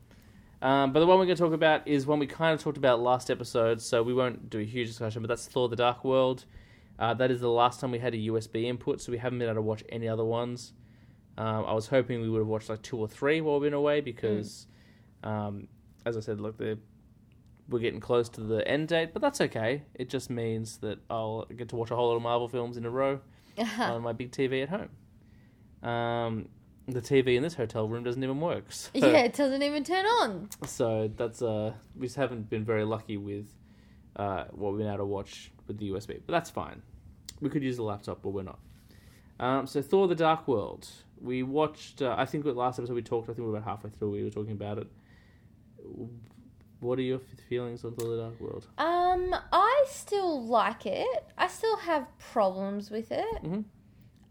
Um, but the one we're going to talk about is one we kind of talked about last episode, so we won't do a huge discussion. But that's Thor: The Dark World. Uh, that is the last time we had a USB input, so we haven't been able to watch any other ones. Um, I was hoping we would have watched like two or three while we've been away because, um, as I said, like the we're getting close to the end date, but that's okay. It just means that I'll get to watch a whole lot of Marvel films in a row on my big TV at home. Um, the TV in this hotel room doesn't even work. So,
yeah, it doesn't even turn on.
so that's uh, we just haven't been very lucky with uh, what we've been able to watch with the USB, but that's fine. We could use a laptop, but we're not. Um, so Thor: The Dark World. We watched. Uh, I think the last episode we talked. I think we were about halfway through. We were talking about it. What are your f- feelings on Thor: The Dark World?
Um, I still like it. I still have problems with it.
Mhm.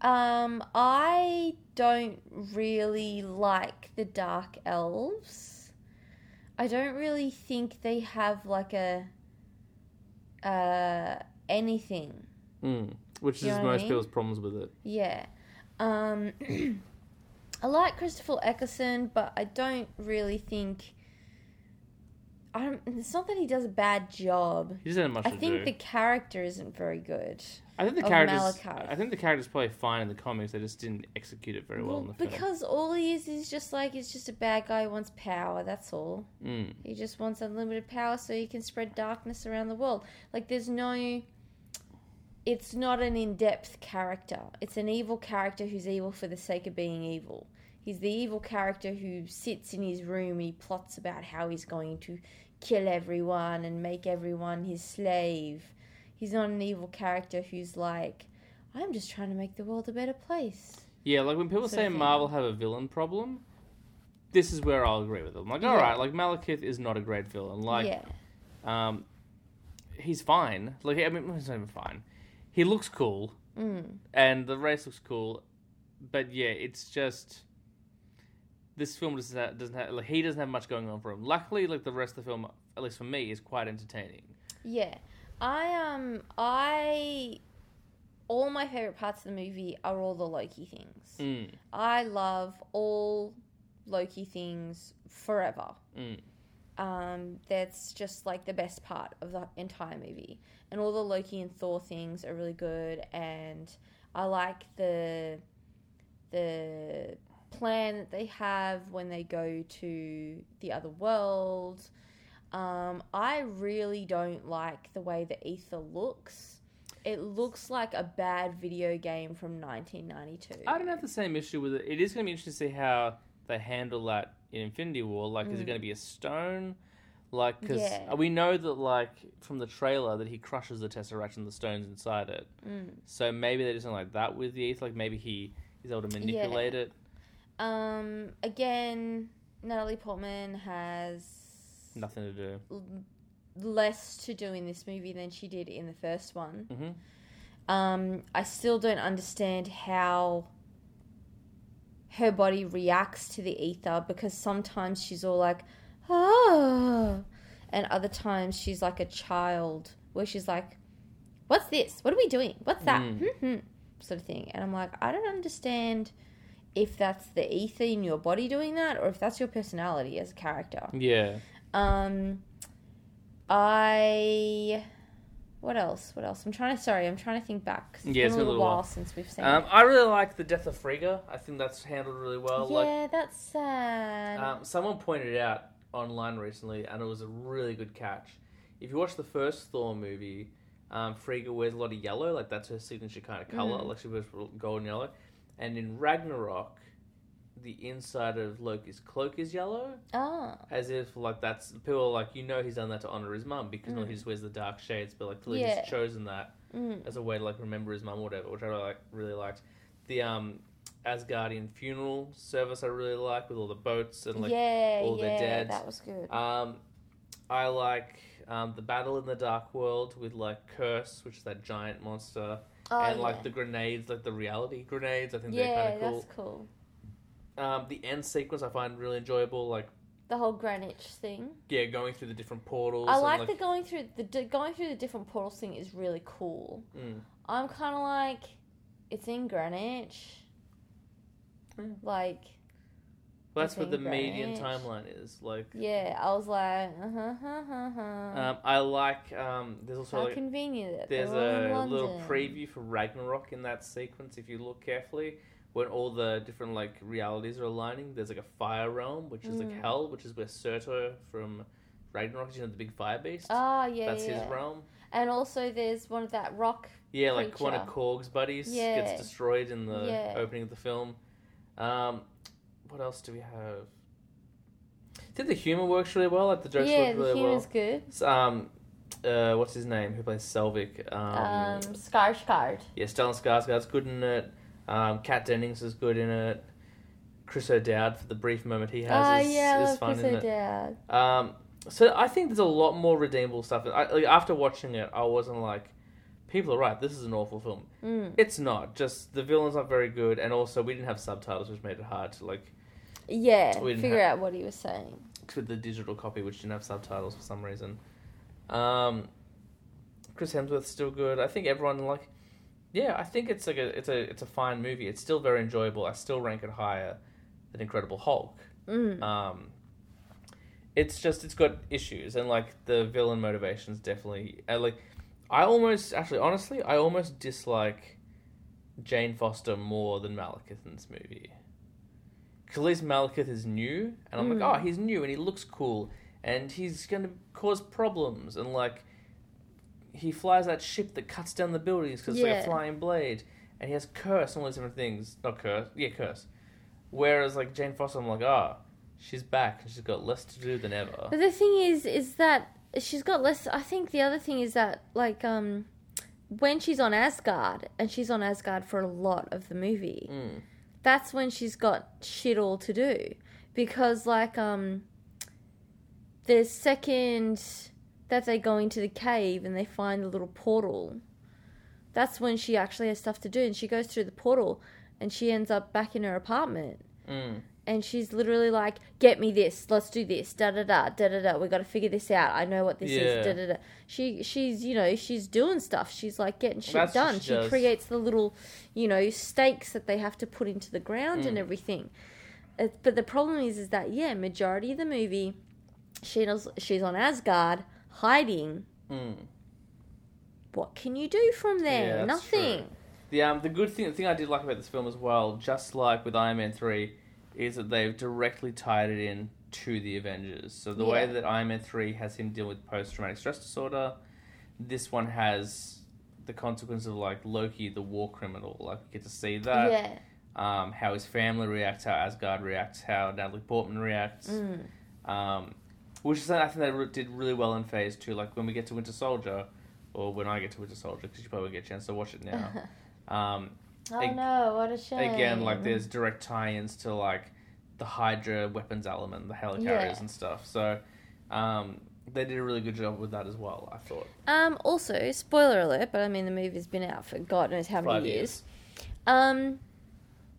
Um, I don't really like the dark elves. I don't really think they have like a uh anything.
Mm. Which
You
is
know what I
most
mean?
people's problems with it.
Yeah. Um, I like Christopher Eccleston, but I don't really think. I don't, it's not that he does a bad job.
He doesn't have much
I
to
think
do.
the character isn't very good.
I think the
of
characters.
Malachi.
I think the characters play fine in the comics. They just didn't execute it very well, in the film.
because all he is is just like he's just a bad guy who wants power. That's all.
Mm.
He just wants unlimited power so he can spread darkness around the world. Like there's no. It's not an in-depth character. It's an evil character who's evil for the sake of being evil. He's the evil character who sits in his room. He plots about how he's going to kill everyone and make everyone his slave. He's not an evil character who's like, I'm just trying to make the world a better place.
Yeah, like when people
Sort of
say
thing.
Marvel have a villain problem, this is where I'll agree with them. Like, all
Yeah.
right, like Malekith is not a great villain. Like,
yeah,
um, he's fine. Like, I mean, he's not even fine. He looks cool,
mm.
and the race looks cool, but yeah, it's just this film doesn't have, doesn't have like he doesn't have much going on for him. Luckily, like the rest of the film, at least for me, is quite entertaining.
yeah. I um, I all my favorite parts of the movie are all the Loki things.
Mm,
I love all Loki things forever.
mm.
Um, that's just like the best part of the entire movie. And all the Loki and Thor things are really good. And I like the the plan that they have when they go to the other world. Um, I really don't like the way the ether looks. It looks like a bad video game from 1992.
I don't have the same issue with it. It is going to be interesting to see how they handle that in Infinity War. Like, is it going to be a stone? Like, because
Mm. Yeah.
we know that, like, from the trailer, that he crushes the Tesseract and the stones inside it.
Mm.
So maybe they just don't like that with the ETH. Like, maybe he is able to manipulate it.
Um, again, Natalie Portman has
Nothing to do.
l- less to do in this movie than she did in the first one.
hmm
Um, I still don't understand how her body reacts to the ether because sometimes she's all like, oh, and other times she's like a child where she's like, what's this? What are we doing? What's that? Hmm, hmm, sort of thing. And I'm like, I don't understand if that's the ether in your body doing that or if that's your personality as a character.
Yeah.
Um, I. What else? What else? I'm trying to. Sorry, I'm trying to think back. 'cause
Yeah, it's been a little
while,
while.
since we've seen.
Um,
it.
I really like the death of Frigga. I think that's handled really well. Like,
yeah, that's sad.
Um, someone pointed it out online recently, and it was a really good catch. If you watch the first Thor movie, um, Frigga wears a lot of yellow, like that's her signature kind of color.
Mm.
Like she wears gold and yellow. And in Ragnarok, the inside of Loki's cloak is yellow,
oh,
as if like that's people are like you know he's done that to honor his mum because like, he just wears the dark shades, but like clearly
Mm. Yeah.
he's chosen that
mm,
as a way to like remember his mum or whatever, which I really, like, really liked. The um, Asgardian funeral service I really like with all the boats and like
yeah,
all their
yeah,
dads.
that was good.
um, I like um, the battle in the dark world with like Curse, which is that giant monster,
Oh,
and like
yeah.
the grenades, like the reality grenades. I think
yeah,
they're kind of cool.
that's cool.
Um, the end sequence I find really enjoyable. Like
The whole Greenwich thing.
yeah, going through the different portals.
I
and,
like, the going through the d- going through the different portals thing is really cool.
Mm.
I'm kind of like, it's in Greenwich.
Mm.
Like,
well, that's what the
thing,
median
Greenwich.
timeline is. Like
yeah, I was like, uh huh, huh, huh, huh.
um, I like um, there's also
How
like
convenient that
There's
they're all
a
in
little
London.
preview for Ragnarok in that sequence if you look carefully. When all the different like realities are aligning, there's like a fire realm, which is like
Mm.
hell, which is where Surtur from Ragnarok, you know, the big fire beast.
Ah, yeah,
That's
yeah.
his realm.
And also, there's one of that rock.
Yeah, like one of
Creature.
Korg's buddies
Yeah.
gets destroyed in the
Yeah.
opening of the film. Um, what else do we have? I think the humor works really well. Like the jokes
yeah,
work
the
really
humor's
well.
good.
S- Um, uh, what's his name? Who plays Selvig? Um,
Um, Skarsgård.
yeah, Stellan Skarsgård's good in it. Um, Kat Dennings is good in it. Chris O'Dowd, for the brief moment he has,
Ah,
is,
yeah, I
is
love
fun
Chris
in it.
O'Dowd.
Um, so I think there's a lot more redeemable stuff. I, like, after watching it, I wasn't like, people are right, this is an awful film.
Mm.
It's not. Just the villain's not very good, and also we didn't have subtitles, which made it hard to like
Yeah,
We didn't
figure out what he was saying.
to the digital copy, which didn't have subtitles for some reason. Um, Chris Hemsworth's still good. I think everyone like, yeah, I think it's like a it's a it's a fine movie. It's still very enjoyable. I still rank it higher than Incredible Hulk.
Mm.
Um, it's just it's got issues, and like the villain motivations definitely. And, like, I almost actually honestly, I almost dislike Jane Foster more than Malekith in this movie. 'Cause at least Malekith is new, and I'm
Mm.
like, oh, he's new and he looks cool, and he's gonna cause problems, and like. He flies that ship that cuts down the buildings because it's like
Yeah.
a flying blade, and he has curse and all these different things. Not curse, yeah, curse. Whereas like Jane Foster, I'm like, ah, she's back and she's got less to do than ever.
But the thing is, is that she's got less. I think the other thing is that, like, um, when she's on Asgard, and she's on Asgard for a lot of the movie,
Mm.
that's when she's got shit all to do. Because, like, um, the second that they go into the cave and they find the little portal, that's when she actually has stuff to do. And she goes through the portal and she ends up back in her apartment
Mm.
and she's literally like, "Get me this. Let's do this. Da da da da da da. We got to figure this out. I know what this
Yeah.
is. Da da da." She she's you know she's doing stuff. She's like getting shit
That's what
done.
she
She,
does.
creates the little you know stakes that they have to put into the ground and
Mm.
everything. It, but the problem is, is that yeah, majority of the movie, she knows she's on Asgard hiding.
Mm.
What can you do from there?
Yeah, that's true.
Nothing.
The um the good thing the thing I did like about this film as well, just like with Iron Man three, is that they've directly tied it in to the Avengers. So the way
Yeah.
that Iron Man three has him deal with post traumatic stress disorder, this one has the consequence of like Loki, the war criminal. Like we get to see that.
yeah.
Um, how his family reacts, how Asgard reacts, how Natalie Portman reacts.
Mm.
um, which is something I think they re- did really well in Phase Two. Like when we get to Winter Soldier, or when I get to Winter Soldier, because you probably get a chance to watch it now. Um,
oh
Ag-
no! What a shame.
again, like there's direct tie-ins to like the Hydra weapons element, the helicarriers
Yeah.
and stuff. So um, they did a really good job with that as well. I thought
Um, also, spoiler alert, but I mean the movie's been out for God knows how many
Five
years. Um,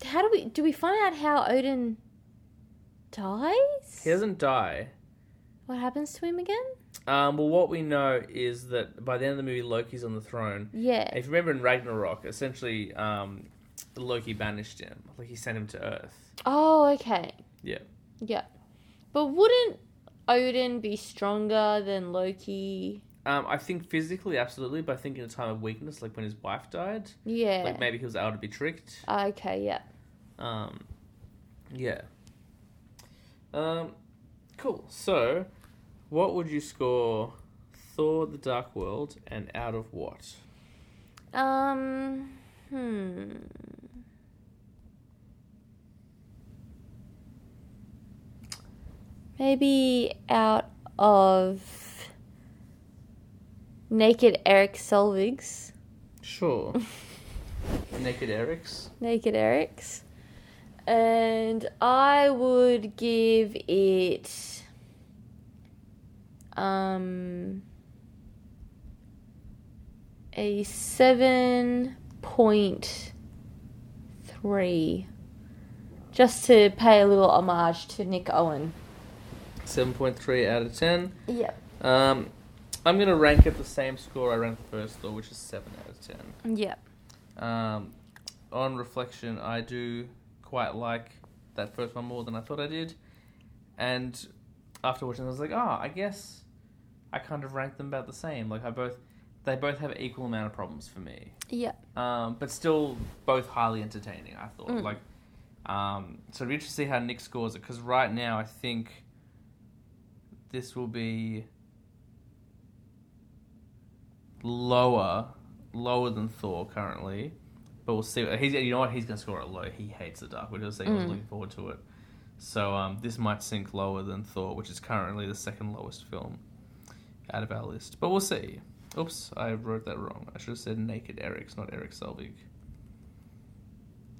how do we do we find out how Odin dies?
He doesn't die.
What happens to him again?
Um, well, what we know is that by the end of the movie, Loki's on the throne.
Yeah,
If you remember in Ragnarok, essentially um, Loki banished him. Like he sent him to Earth.
Oh, okay.
Yeah.
Yeah. But wouldn't Odin be stronger than Loki?
Um, I think physically, absolutely, but I think in a time of weakness, like when his wife died,
Yeah.
like maybe he was able to be tricked.
okay, yeah.
Um, yeah. Um, cool. So, what would you score Thor: The Dark World and out of what?
Um, hmm. Maybe out of Naked Eric Selvig's.
Sure. Naked Eric's.
Naked Eric's. And I would give it um a seven point three. Just to pay a little homage to Nick Owen.
Seven point three out of ten.
Yep.
Um, I'm gonna rank it the same score I ranked the first Thor, which is seven out of ten.
Yep.
Um, on reflection, I do quite like that first one more than I thought I did. And after watching, it, I was like, oh, I guess I kind of rank them about the same. Like, I both they both have equal amount of problems for me,
Yep.
um, but still both highly entertaining. I thought
Mm.
like. Um, so it'd be interesting to see how Nick scores it because right now I think this will be lower, lower than Thor currently. But we'll see. He's, you know what? He's going to score it low. He hates the dark window, so he was
Mm.
looking forward to it. So um, this might sink lower than Thor, which is currently the second lowest film out of our list. But we'll see. Oops, I wrote that wrong. I should have said Naked Eric's, not Eric Selvig.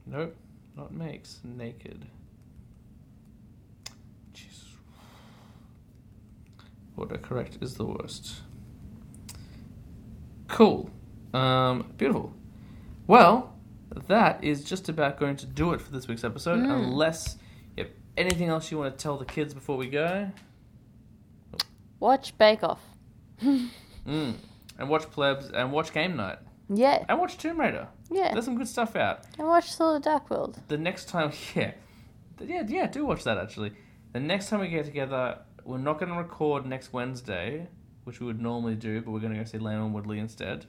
Nope, not makes. Naked. Jesus. Autocorrect is the worst. Cool. Um, beautiful. Well, that is just about going to do it for this week's episode.
Mm.
Unless you have anything else you want to tell the kids before we go.
Watch Bake Off.
Mm. And watch Plebs and watch Game Night.
yeah,
And watch Tomb Raider.
yeah.
There's some good stuff out.
And watch Thor the Dark World.
The next time, yeah. Yeah, yeah, do watch that actually. The next time we get together, we're not going to record next Wednesday, which we would normally do, but we're going to go see Lamb and Woodley instead.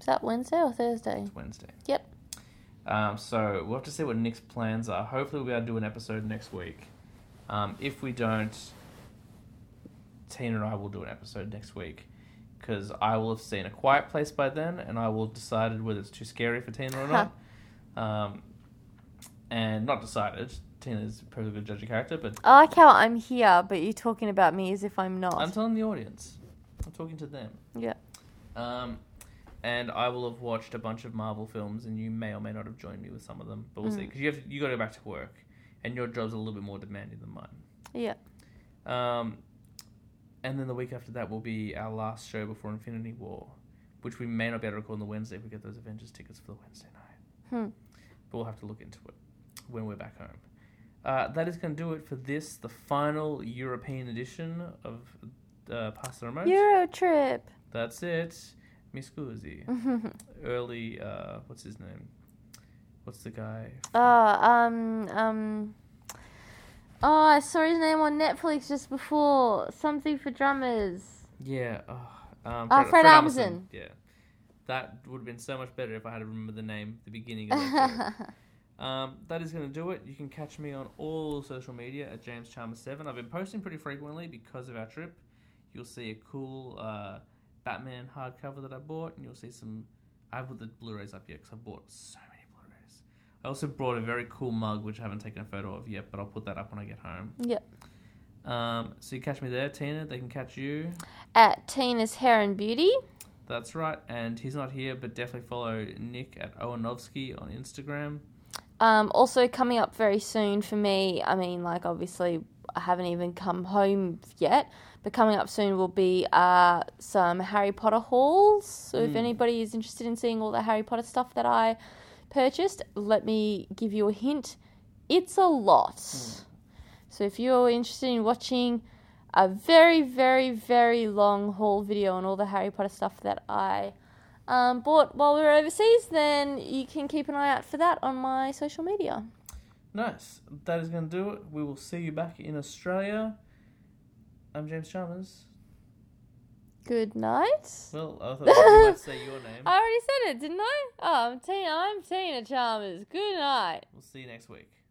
Is that Wednesday or Thursday?
It's Wednesday.
Yep.
Um, so we'll have to see what Nick's plans are. Hopefully, we'll be able to do an episode next week. Um, if we don't, Tina and I will do an episode next week because I will have seen A Quiet Place by then, and I will have decided whether it's too scary for Tina or
Huh.
not. Um, and not decided. Tina's probably a good judge of character, but
I like how I'm here, but you're talking about me as if I'm not.
I'm telling the audience. I'm talking to them.
yeah.
Um, and I will have watched a bunch of Marvel films, and you may or may not have joined me with some of them, but we'll see. 'Cause see. Because you have you got to go back to work, and your job's a little bit more demanding than mine.
Yeah.
Um, and then the week after that will be our last show before Infinity War, which we may not be able to record on the Wednesday if we get those Avengers tickets for the Wednesday night.
Hmm.
But we'll have to look into it when we're back home. Uh, that is going to do it for this, the final European edition of uh, Pass the Remote.
Euro trip. Uh,
That's it. Mi scusi early uh what's his name what's the guy
oh, um, um. Oh, I saw his name on Netflix just before. Something for drummers.
yeah oh, um,
Ah, Fred Armisen.
yeah that would have been so much better if i had to remember the name at the beginning of that show. um that is going to do it you can catch me on all social media at james chalmers 7 i've been posting pretty frequently because of our trip you'll see a cool uh batman hardcover that i bought and you'll see some i haven't put the blu-rays up yet because i bought so many blu-rays i also brought a very cool mug which i haven't taken a photo of yet but i'll put that up when i get home
Yep.
Um, so you catch me there, Tina. They can catch you.
At Tina's Hair and Beauty.
That's right. And he's not here, but definitely follow Nick at Owenovsky on Instagram.
Um, also coming up very soon for me. I mean, like obviously I haven't even come home yet, but coming up soon will be uh, some Harry Potter hauls. So if
Mm.
anybody is interested in seeing all the Harry Potter stuff that I purchased, let me give you a hint. It's a lot. So if you're interested in watching a very, very, very long haul video on all the Harry Potter stuff that I um, bought while we were overseas, then you can keep an eye out for that on my social media.
Nice. That is going to do it. We will see you back in Australia. I'm James Chalmers.
Good night.
Well, I thought you might say your name.
I already said it, didn't I? Oh, I'm Tina. I'm Tina Chalmers. Good night.
We'll see you next week.